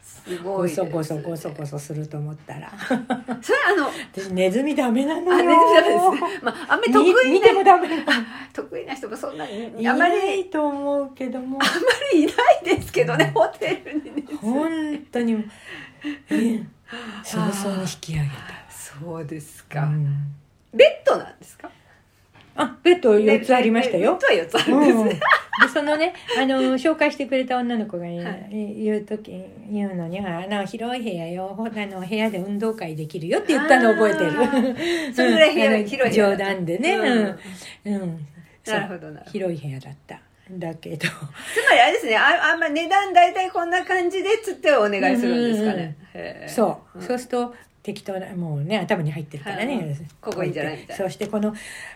A: すご
B: ご
A: いです
B: そ
A: ね
B: ごそごそごそすると思った
A: [LAUGHS]
B: ら
A: それあの
B: 私ネズミダメなの
A: あ
B: よ
A: ネズミダメで
B: [LAUGHS]
A: すねまああんまり得
B: 見
A: 意
B: 見ても
A: な
B: ダメ
A: [LAUGHS]
B: なの
A: 得意な人がそんなに
B: い
A: あまり
B: ないと思うけども
A: あまりいないですけどねホテルにね
B: 本
A: [LAUGHS]
B: 当にもう、ね早々に引き上げ
A: そうです
B: た、
A: か、
B: うん
A: ベッドなんですか
B: あベッド4つありましたよ、
A: ベッドは4つあるんです
B: うん、
A: ね
B: で、そのねあの紹介してくれた女の子が言う,、
A: はい
B: 言う時言うのにはあの広い部屋よほあの部屋で運動会できるよって言ったの覚えて
A: あ
B: るう
A: [LAUGHS]
B: ん
A: それぐらい部屋
B: あの
A: 広い部屋だ
B: 冗談でね
A: うん
B: うん、うんそう
A: なるほどなるほど
B: 広い部屋だっただけど
A: つまりあれですねああんま値段大体こんな感じでっつってお願いするんですかね、へえ
B: そう、
A: うん
B: そうすると適当なもうね頭に入ってるからね、
A: はいうんここいいんじゃないみたいな
B: そしてこの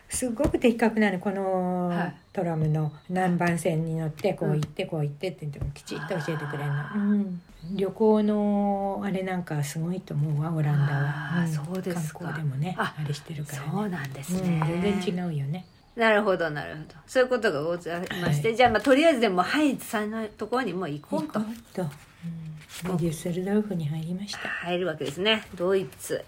B: すごく的確なのこの、
A: はい
B: トラムの南蛮線に乗ってこう行ってこう行ってって言ってもきちっと教えてくれるの、うん旅行のあれなんかすごいと思うわオランダ
A: あー
B: は、ん
A: そうですか
B: 観光でもね
A: あ
B: あれしてるから、ね
A: そうなんです
B: う
A: ね、
B: ん全然違うよね
A: なるほどなるほどそういうことがございまして、
B: は
A: じゃあまあとりあえずでもハイツさんのところにもう行こうと
B: 行こうと、うん、デュッセルドルフに入りました
A: 入るわけですねドイツ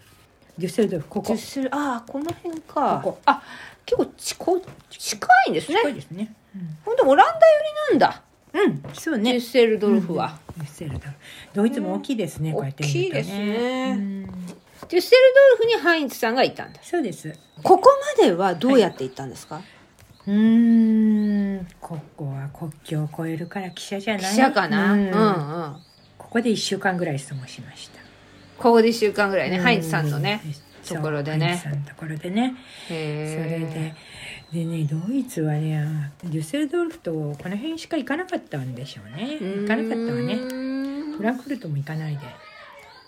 B: デュッセルドルフここ
A: するああこの辺か
B: ここ
A: あ結構ちこ近いんです
B: 近いですね、うん
A: ほんとオランダ寄りなんだ
B: うん、そうね。
A: デュッセル
B: ド
A: ドルフは、、
B: デュッセルドルフ。ドイツも大きいですね。
A: うん
B: こうやって見ると
A: 大きいですね
B: うん
A: デュッセルドルフにハインツさんがいたんだ
B: そうです。
A: ここまではどうやって行ったんですか、
B: うーん、ここは国境を越えるから汽車じゃない。
A: 記者かな、
B: う
A: うんん、うん
B: ここで一週間ぐらい過ごしました。
A: ここで1週間ぐらいね、
B: うん
A: ハインツさんのね。
B: そう
A: ところでね
B: ハインツさんのところでね。
A: そ
B: それで。でね、ドイツはね、デュッセルドルフとこの辺しか行かなかったんでしょうね。行かなかったわね。フランクフルトも行かないで。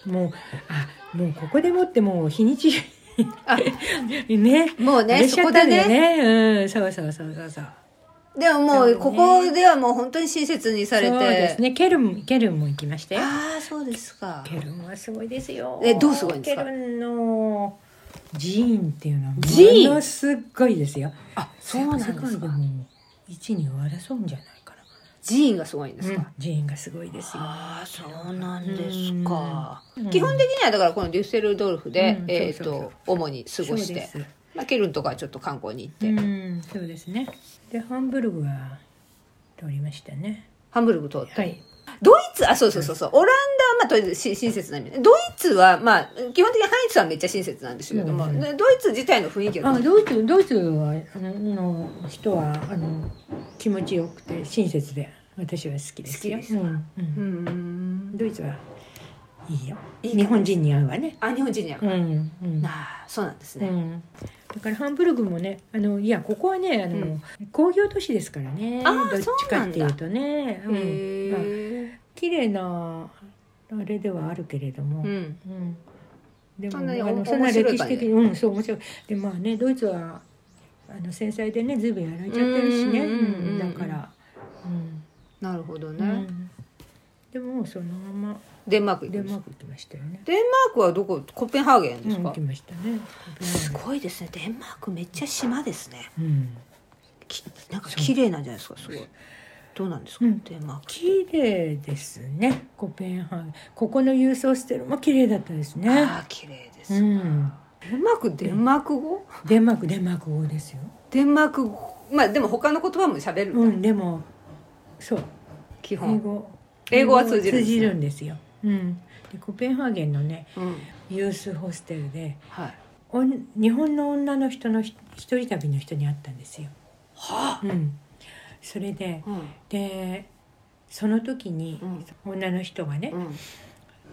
B: もう、あ、もうここでもってもう日にち
A: あ
B: [LAUGHS] ね。
A: もう
B: あ
A: ね
B: れしち
A: そ
B: ゃ
A: こ
B: っ
A: で
B: たんだよ
A: ね
B: ね。うん、そうそうそうそうそう。
A: でももう
B: でも
A: こ
B: ね
A: こではもう本当に親切にされて
B: そうですね。ケルン、ケルンも行きまして。
A: ああそうですか
B: ケルンはすごいですよ。
A: えどうすごいんですか
B: ケルンの寺院っていうのはも
A: 寺院
B: のすっごいですよ。
A: あそうなんですか
B: 世界も一に争うんじゃないかな。
A: 寺院がすごいんですか、
B: うん寺院がすごいですよ。
A: ああそうなんですか、
B: うん
A: 基本的にはだからこのデュッセルドルフで、
B: うん
A: えっ、
B: そうそうそう
A: と主に過ごし
B: そうで
A: て
B: す、
A: まあ、ケルンとかはちょっと観光に行って、
B: うん、そうですね。で、ハンブルグは通りましたね。
A: ハンブルグ通って、
B: はい。
A: ドイツあそうそうそうそうオランダはまあとりあえずし親切な意味でドイツはまあ基本的にハイツはめっちゃ親切なんですけれども、
B: うんうん
A: ねドイツ自体の雰囲気は
B: あ
A: どう
B: ドイツドイツはあの人はあの気持ちよくて親切で私は好きですよ。
A: 好きです
B: うんうん
A: ん
B: ドイツはいいよ
A: いい
B: 日本人に合うわね。
A: あ日本人には、
B: うんうん
A: ああそうなんです
B: う
A: ね、
B: ん、だからハンブルグもねあのいやここはねあの、工業都市ですからね
A: あー
B: どっちかっていうと
A: へ
B: ね、うんまあ
A: え
B: 綺麗なあれではあるけれど
A: う
B: も、
A: ん
B: うんでも
A: そんなに
B: あ
A: お
B: のそんな
A: 面白い
B: 歴史的に、うん、そう面白いでまあねドイツはあの戦災でねずいぶんやられちゃってるしね
A: うんうんうんうん
B: だから、うん
A: なるほど
B: う
A: ね、
B: んでもそのまま
A: デンマーク行き
B: デ
A: ま
B: ン
A: した
B: マーク行きましたよね
A: デンマークはどこコペンハーゲン
B: う
A: で
B: ん
A: すか、
B: 行きましたね
A: すごいですねデンマークめっちゃ島ですね
B: うん
A: きなんか綺麗なんじゃないですかすごいどうなんですか、
B: うん
A: デンマーク
B: 綺麗ですねコペンハーゲンここの郵送ステルも綺麗だったですね
A: ああ綺麗です、
B: うん
A: デンマークデンマーク語
B: デンマークデンマーク語ですよ
A: デンマーク語まあでも他の言葉も喋る、
B: うんでもそう
A: 基
B: 英
A: 本、
B: 語
A: 英語は通じるんですね
B: 通じるんですよ、うん、でコペンハーゲンのね
A: うん、
B: ユースホステルで
A: はい
B: おん日本の女の人のひ一人旅の人に会ったんですよ、
A: はあ、
B: うん、それで
A: うん
B: でその時に女の人がね、
A: うん、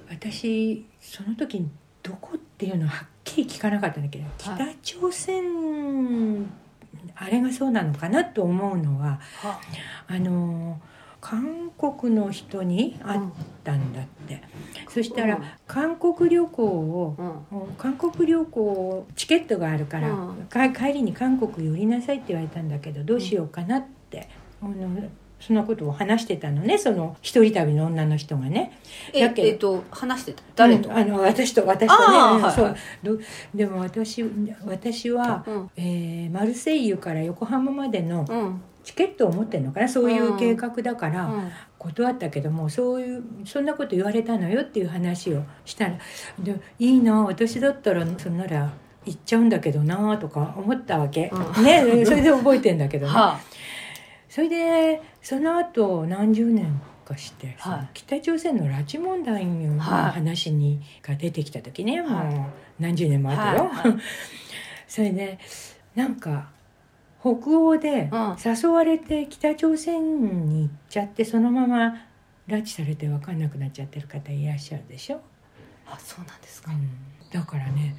B: 私その時にどこっていうのははっきり聞かなかったんだけど
A: は
B: 北朝鮮あれがそうなのかなと思うのは
A: は
B: あの韓国の人に
A: あ
B: 会ったんだって、そした
A: うん
B: ら韓国旅行を
A: う、ん
B: 韓国旅行チケットがあるから、
A: うん
B: か帰りに韓国寄りなさいって言われたんだけどどうしようかなって、あのそのことを話してたのねその一人旅の女の人がね
A: え
B: だけど
A: えっと話してた誰と、
B: うんあの私と私と
A: ああ
B: ね、うん
A: はい
B: そう
A: はい
B: どでも私私は、
A: うん
B: えーマルセイユから横浜までの
A: うん
B: チケットを持ってるのかなそういう計画だから、
A: うん
B: 断ったけどもそういうそんなこと言われたのよっていう話をしたら「でいいな私だったらそんなら行っちゃうんだけどな」とか思ったわけ、
A: う
B: ね [LAUGHS] それで覚えてんだけど、ね、
A: は
B: それでその後何十年かして、
A: はい
B: 北朝鮮の拉致問題の
A: はい
B: 話に、が出てきた時ね、
A: はい
B: もう何十年も後よ、
A: はいは
B: それでなんか北欧で
A: うん
B: 誘われて北朝鮮に行っちゃってそのまま拉致されて分かんなくなっちゃってる方いらっしゃるでしょ、
A: ああそうなんです
B: う
A: か、
B: んだからね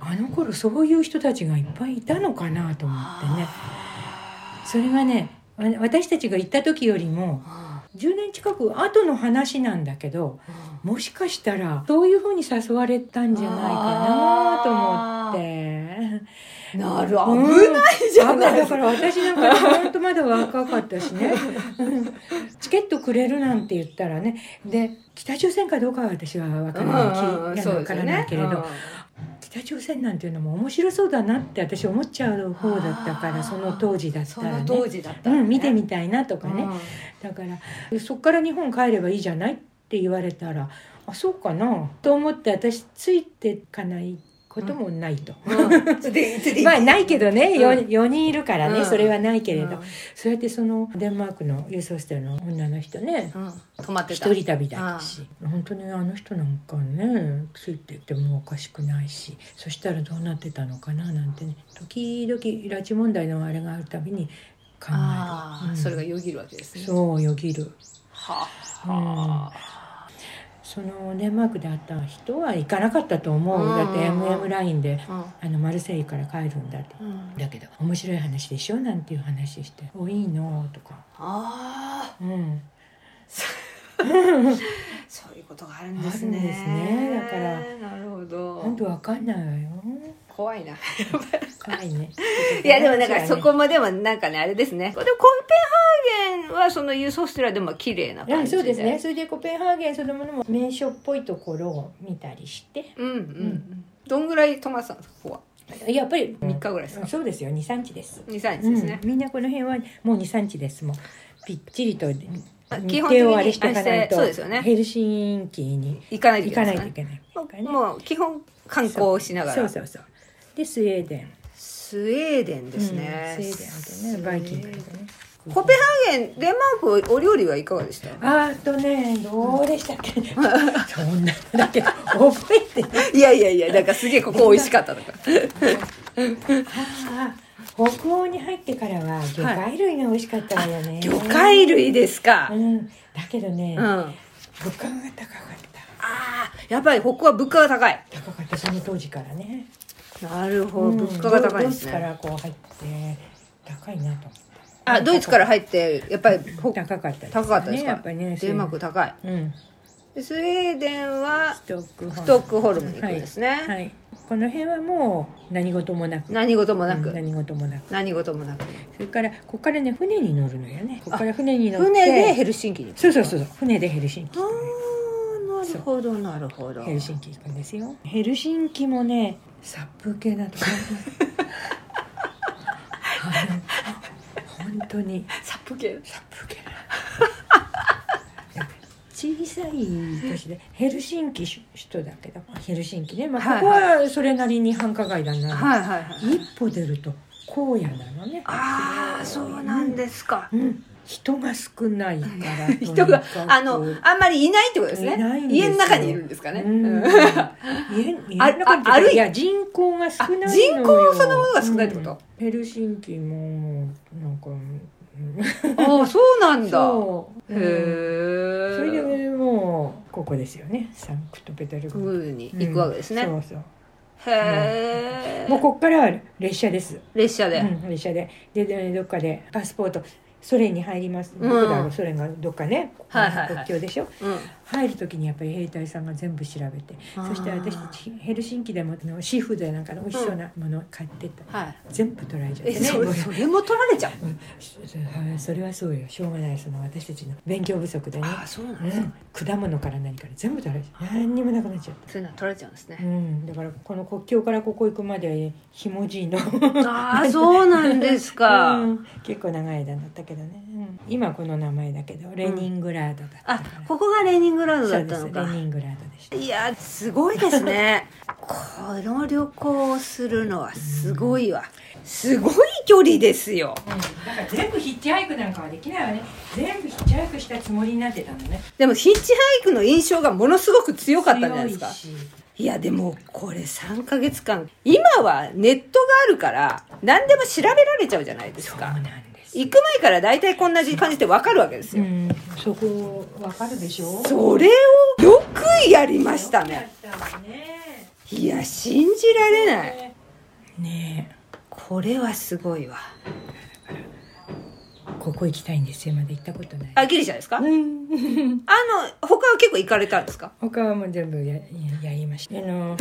B: あの頃そういう人たちがいっぱいいたのかなと思ってね
A: あ
B: それがねわ私たちが行った時よりも
A: あ
B: 10年近く後の話なんだけど
A: うん
B: もしかしたらそういうふうに誘われたんじゃないかなと思って。
A: なる危
B: うん
A: ないじゃないで
B: だ
A: すか
B: か、ら私なんか本当まだ若かった
A: [LAUGHS]
B: しねうんチケットくれるなんて言ったらねで北朝鮮かどうかは私は分からない,、
A: うんうんうん
B: いや
A: そう
B: 分
A: です
B: か
A: よ
B: らないけれど、北朝鮮なんていうのも面白そうだなって私思っちゃう方だったか
A: あー
B: らその当時だった
A: そ
B: ら
A: の
B: ね
A: 当時だった
B: う
A: らね、
B: ん、見てみたいなとかね、
A: うん
B: だからそっから日本帰ればいいじゃないって言われたらあそうかなと思って私ついてかないこともないと。
A: うんついてついて
B: まあないけどね、よ
A: うん
B: 4人いるからね、
A: うん
B: それはないけれど、
A: うん
B: そうやってそのデンマークの郵送してるの女の人ね
A: うん止まってた
B: 一人旅だったし本当にあの人なんかねついてってもおかしくないしそしたらどうなってたのかななんてね時々拉致問題のあれがあるたびに考える
A: ああ、
B: うん
A: それがよぎるわけですね
B: そうよぎる
A: はあ、はあ
B: そのデンマークで会った人は行かなかったと思う、
A: うん
B: だって MM ラインで
A: うん
B: あのマルセイユから帰るんだって
A: うん
B: だけど面白い話でしょなんていう話して「おいいの?」とか、
A: あ
B: うん、
A: あそういうことがあるん
B: あ
A: で
B: るんですす
A: ね
B: ねだから
A: なるほど
B: 本当わかんないわよ
A: 怖いな
B: 怖いね
A: [LAUGHS] いやでもなん [LAUGHS] かそこまではなんかねあれですねでもコンペンハーゲンはその輸送ステラでも綺麗な
B: う
A: 感
B: ん
A: じで、
B: そうですねそれでコペンハーゲンそのものも名所っぽいところを見たりして
A: うんうん、うん、どんぐらい泊まってたんですかここは
B: やっぱり
A: 3日ぐらいですか
B: そうですよ23日です
A: 23日ですね、
B: うんみんなこの辺はもう23日ですもうぴっちりと
A: あ基
B: 日
A: 本的に
B: 程をあれしていかない
A: あしてそう
B: と
A: ですよね
B: ヘルシンキに
A: 行かないといけ
B: 行
A: な
B: か
A: い
B: な
A: で
B: い
A: す
B: と
A: かね
B: いけないからね
A: もう基本観光しながら
B: そうそうそうでスウェーデン
A: スウェーデンですね、
B: うんスウェーデンとねバイキングとかね
A: コペハーゲンデンマークお料理はいかがでした
B: あーっとねどうでしたっけ、 [LAUGHS] そんなだけどおっぺって
A: [LAUGHS] いやいやいやなんかすげえここ美味しかったと
B: [LAUGHS]
A: か
B: あー北欧に入ってからは魚介類が美味しかったわよね、
A: 魚介類ですか
B: うんだけどね、
A: うんあ
B: 物価が高かっ
A: あーやっぱりここは物価が高い
B: た高かったその当時からね
A: なるほど、
B: うん
A: 物価が高いです
B: ドイツか
A: ね
B: らこう入って高いなと思った
A: あドイツから入ってやっぱりほ
B: 高かった
A: 高かったですか
B: ねやっぱりね
A: デンマーク高い
B: うん
A: でスウェーデンは
B: ストックホルム
A: ストックホルムに行くんですね、
B: はいはい、この辺はもう何事もなく
A: 何事もなく、
B: うん何事もなく
A: 何事もなく
B: それからここからね船に乗るのよねここから船に乗って
A: 船でヘルシンキに行く
B: そうそうそうそう船でヘルシンキ
A: ああなるほどなるほど
B: ヘルシンキ行くんですよヘルシンキもね殺風景だとかあの本当に
A: サップ系
B: 殺風景な小さい都市でヘルシンキ首都だけどヘルシンキね、まあ、
A: はい
B: ここはそれなりに繁華街だな、
A: はいはいはい
B: 一歩出ると荒野なのね
A: ああそうなんですか、
B: うん、人が少ないから
A: [LAUGHS] 人が
B: とにかく
A: あのあんまりいないってことですね
B: いないんですよ
A: 家の中にいるんですかね、
B: うん
A: うん
B: 家家の中に
A: ああ歩い
B: いや人口が少ないのよ
A: あ人口そのものが少ないってこと
B: うんヘルシンキもなんかうん
A: ああそうなんだ
B: そう
A: へ
B: うん
A: え
B: それでもうここですよねサンクトペテルブ
A: プ
B: ルク
A: ールに行くわけですね、
B: う
A: へ
B: んそうそう
A: え
B: もうこっからは列車です、
A: 列車で、
B: うん列車でででどっかでパスポートソ連に入ります、
A: うん
B: どこだろうソ連がどっかね、
A: はいはいはい
B: 国境でしょ
A: うん
B: 入る時にやっぱり兵隊さんが全部調べて
A: あー
B: そして私たちヘルシンキでもあのシーフードやなんかの美味しそうなものを買ってった、
A: はい
B: 全部取られちゃって
A: え
B: ね
A: そ
B: も
A: れ
B: う
A: それも取られちゃう
B: うんそそそれはそうよしょうがないその私たちの勉強不足でね、
A: ああそうなん
B: う
A: ですか
B: ん、果物から何から全部取られちゃう何にもなくなっちゃった。
A: そういうのは取られちゃうんです
B: う
A: ね
B: ん、だからこの国境からここ行くまでひもじいの
A: ああそうなんですか
B: [LAUGHS] うん結構長い間だったけどね、うん今この名前だけどレニングラードだった
A: あ
B: から、
A: ここがレーニングラード
B: そ
A: だ
B: う
A: っ
B: で
A: た
B: す
A: の
B: レ
A: か
B: ニングラードでした
A: いやすごいです [LAUGHS] ねこの旅行をするのはすごいわすごい距離ですよ
B: だから全部ヒッチハイクなんかはできないわね全部ヒッチハイクしたつもりになってたのね
A: でもヒッチハイクの印象がものすごく強かったんじゃないですか
B: 強いし
A: いやでもこれ3ヶ月間今はネットがあるから何でも調べられちゃうじゃないです
B: そう
A: か
B: なんです
A: 行く前から大体こんな感じで分かるわけです
B: う
A: よ、
B: んそこわかるでしょ
A: それをよくやりましたね
B: やったわね
A: いや信じられない
B: ねえ
A: これはすごいわ
B: ここ行きたいんですよまだ行ったことない
A: あギリシャですか、あ
B: うん
A: の他は結構行かれたんですか
B: 他はもう全部やややりました
A: [LAUGHS]
B: あの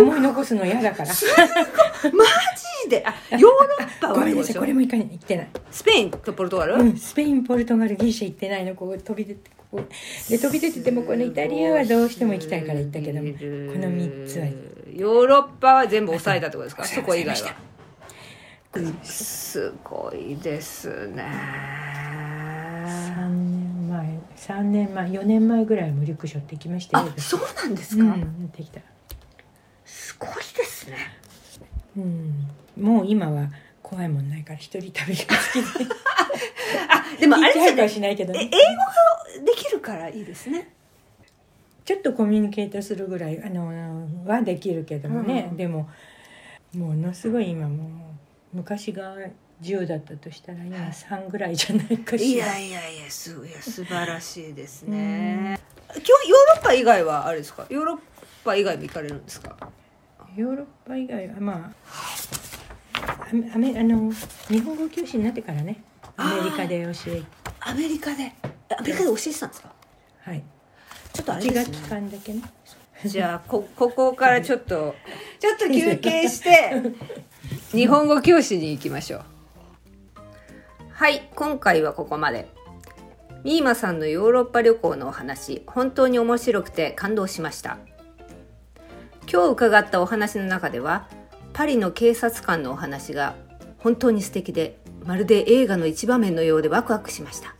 B: 思い残すの嫌だから
A: マジであヨーロッパ
B: ご
A: は
B: めん
A: どうで
B: なさい
A: しょ
B: こ
A: う
B: れも行かない行ってない、
A: スペインとポルトガル、
B: うん、スペインポルトガルギリシャ行ってないのこう飛び出てここで飛び出ててもこのイタリアはどうしても行きたいから行ったけどもこの3つは
A: ヨーロッパは全部抑えたってことですか
B: はい
A: そこ以外
B: 抑
A: はすごいですね
B: 3年前3年前4年前ぐらいもリュックショって行きました
A: あ
B: よ
A: そうなんです
B: う
A: か、
B: ん、行ってきた、
A: すごいですね
B: うん、もう今は怖いもんないから一人旅が好きで
A: あでもあれ
B: ヒッ
A: で
B: チ
A: す
B: ハ
A: よ
B: イ
A: ね
B: クはしないけど
A: え英語
B: ね
A: ができるからいいですね
B: ちょっとコミュニケートするぐらいあのはできるけどもね、
A: うん
B: でもものすごい今もう昔が10だったとしたら今3ぐらいじゃないか
A: い
B: しら
A: やいやいやすいや素晴らしいですね今日ヨーロッパ以外はあれですかヨーロッパ以外も行かれるんですか
B: ヨーロッパ以外はまあアメアメあの日本語教師になってからねアメリカで教え
A: アメリカでアメリカで教えてたんですか
B: はい
A: ちょっとあれ
B: 1
A: です
B: 学期
A: ね
B: 間だけね
A: [LAUGHS] じゃあこここからちょっとちょっと休憩して日本語教師に行きましょうはい今回はここまでミーマさんのヨーロッパ旅行のお話本当に面白くて感動しました今日伺ったお話の中ではパリの警察官のお話が本当に素敵でまるで映画の一場面のようでワクワクしました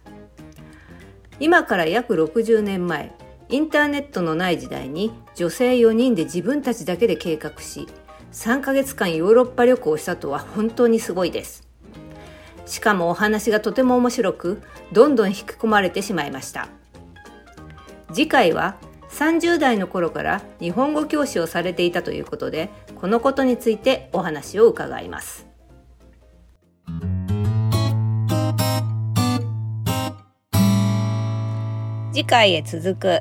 A: 今から約60年前インターネットのない時代に女性4人で自分たちだけで計画し3ヶ月間ヨーロッパ旅行をしたとは本当にすごいですしかもお話がとても面白くどんどん引き込まれてしまいました次回は30代の頃から日本語教師をされていたということでこのことについてお話を伺います次回へ続く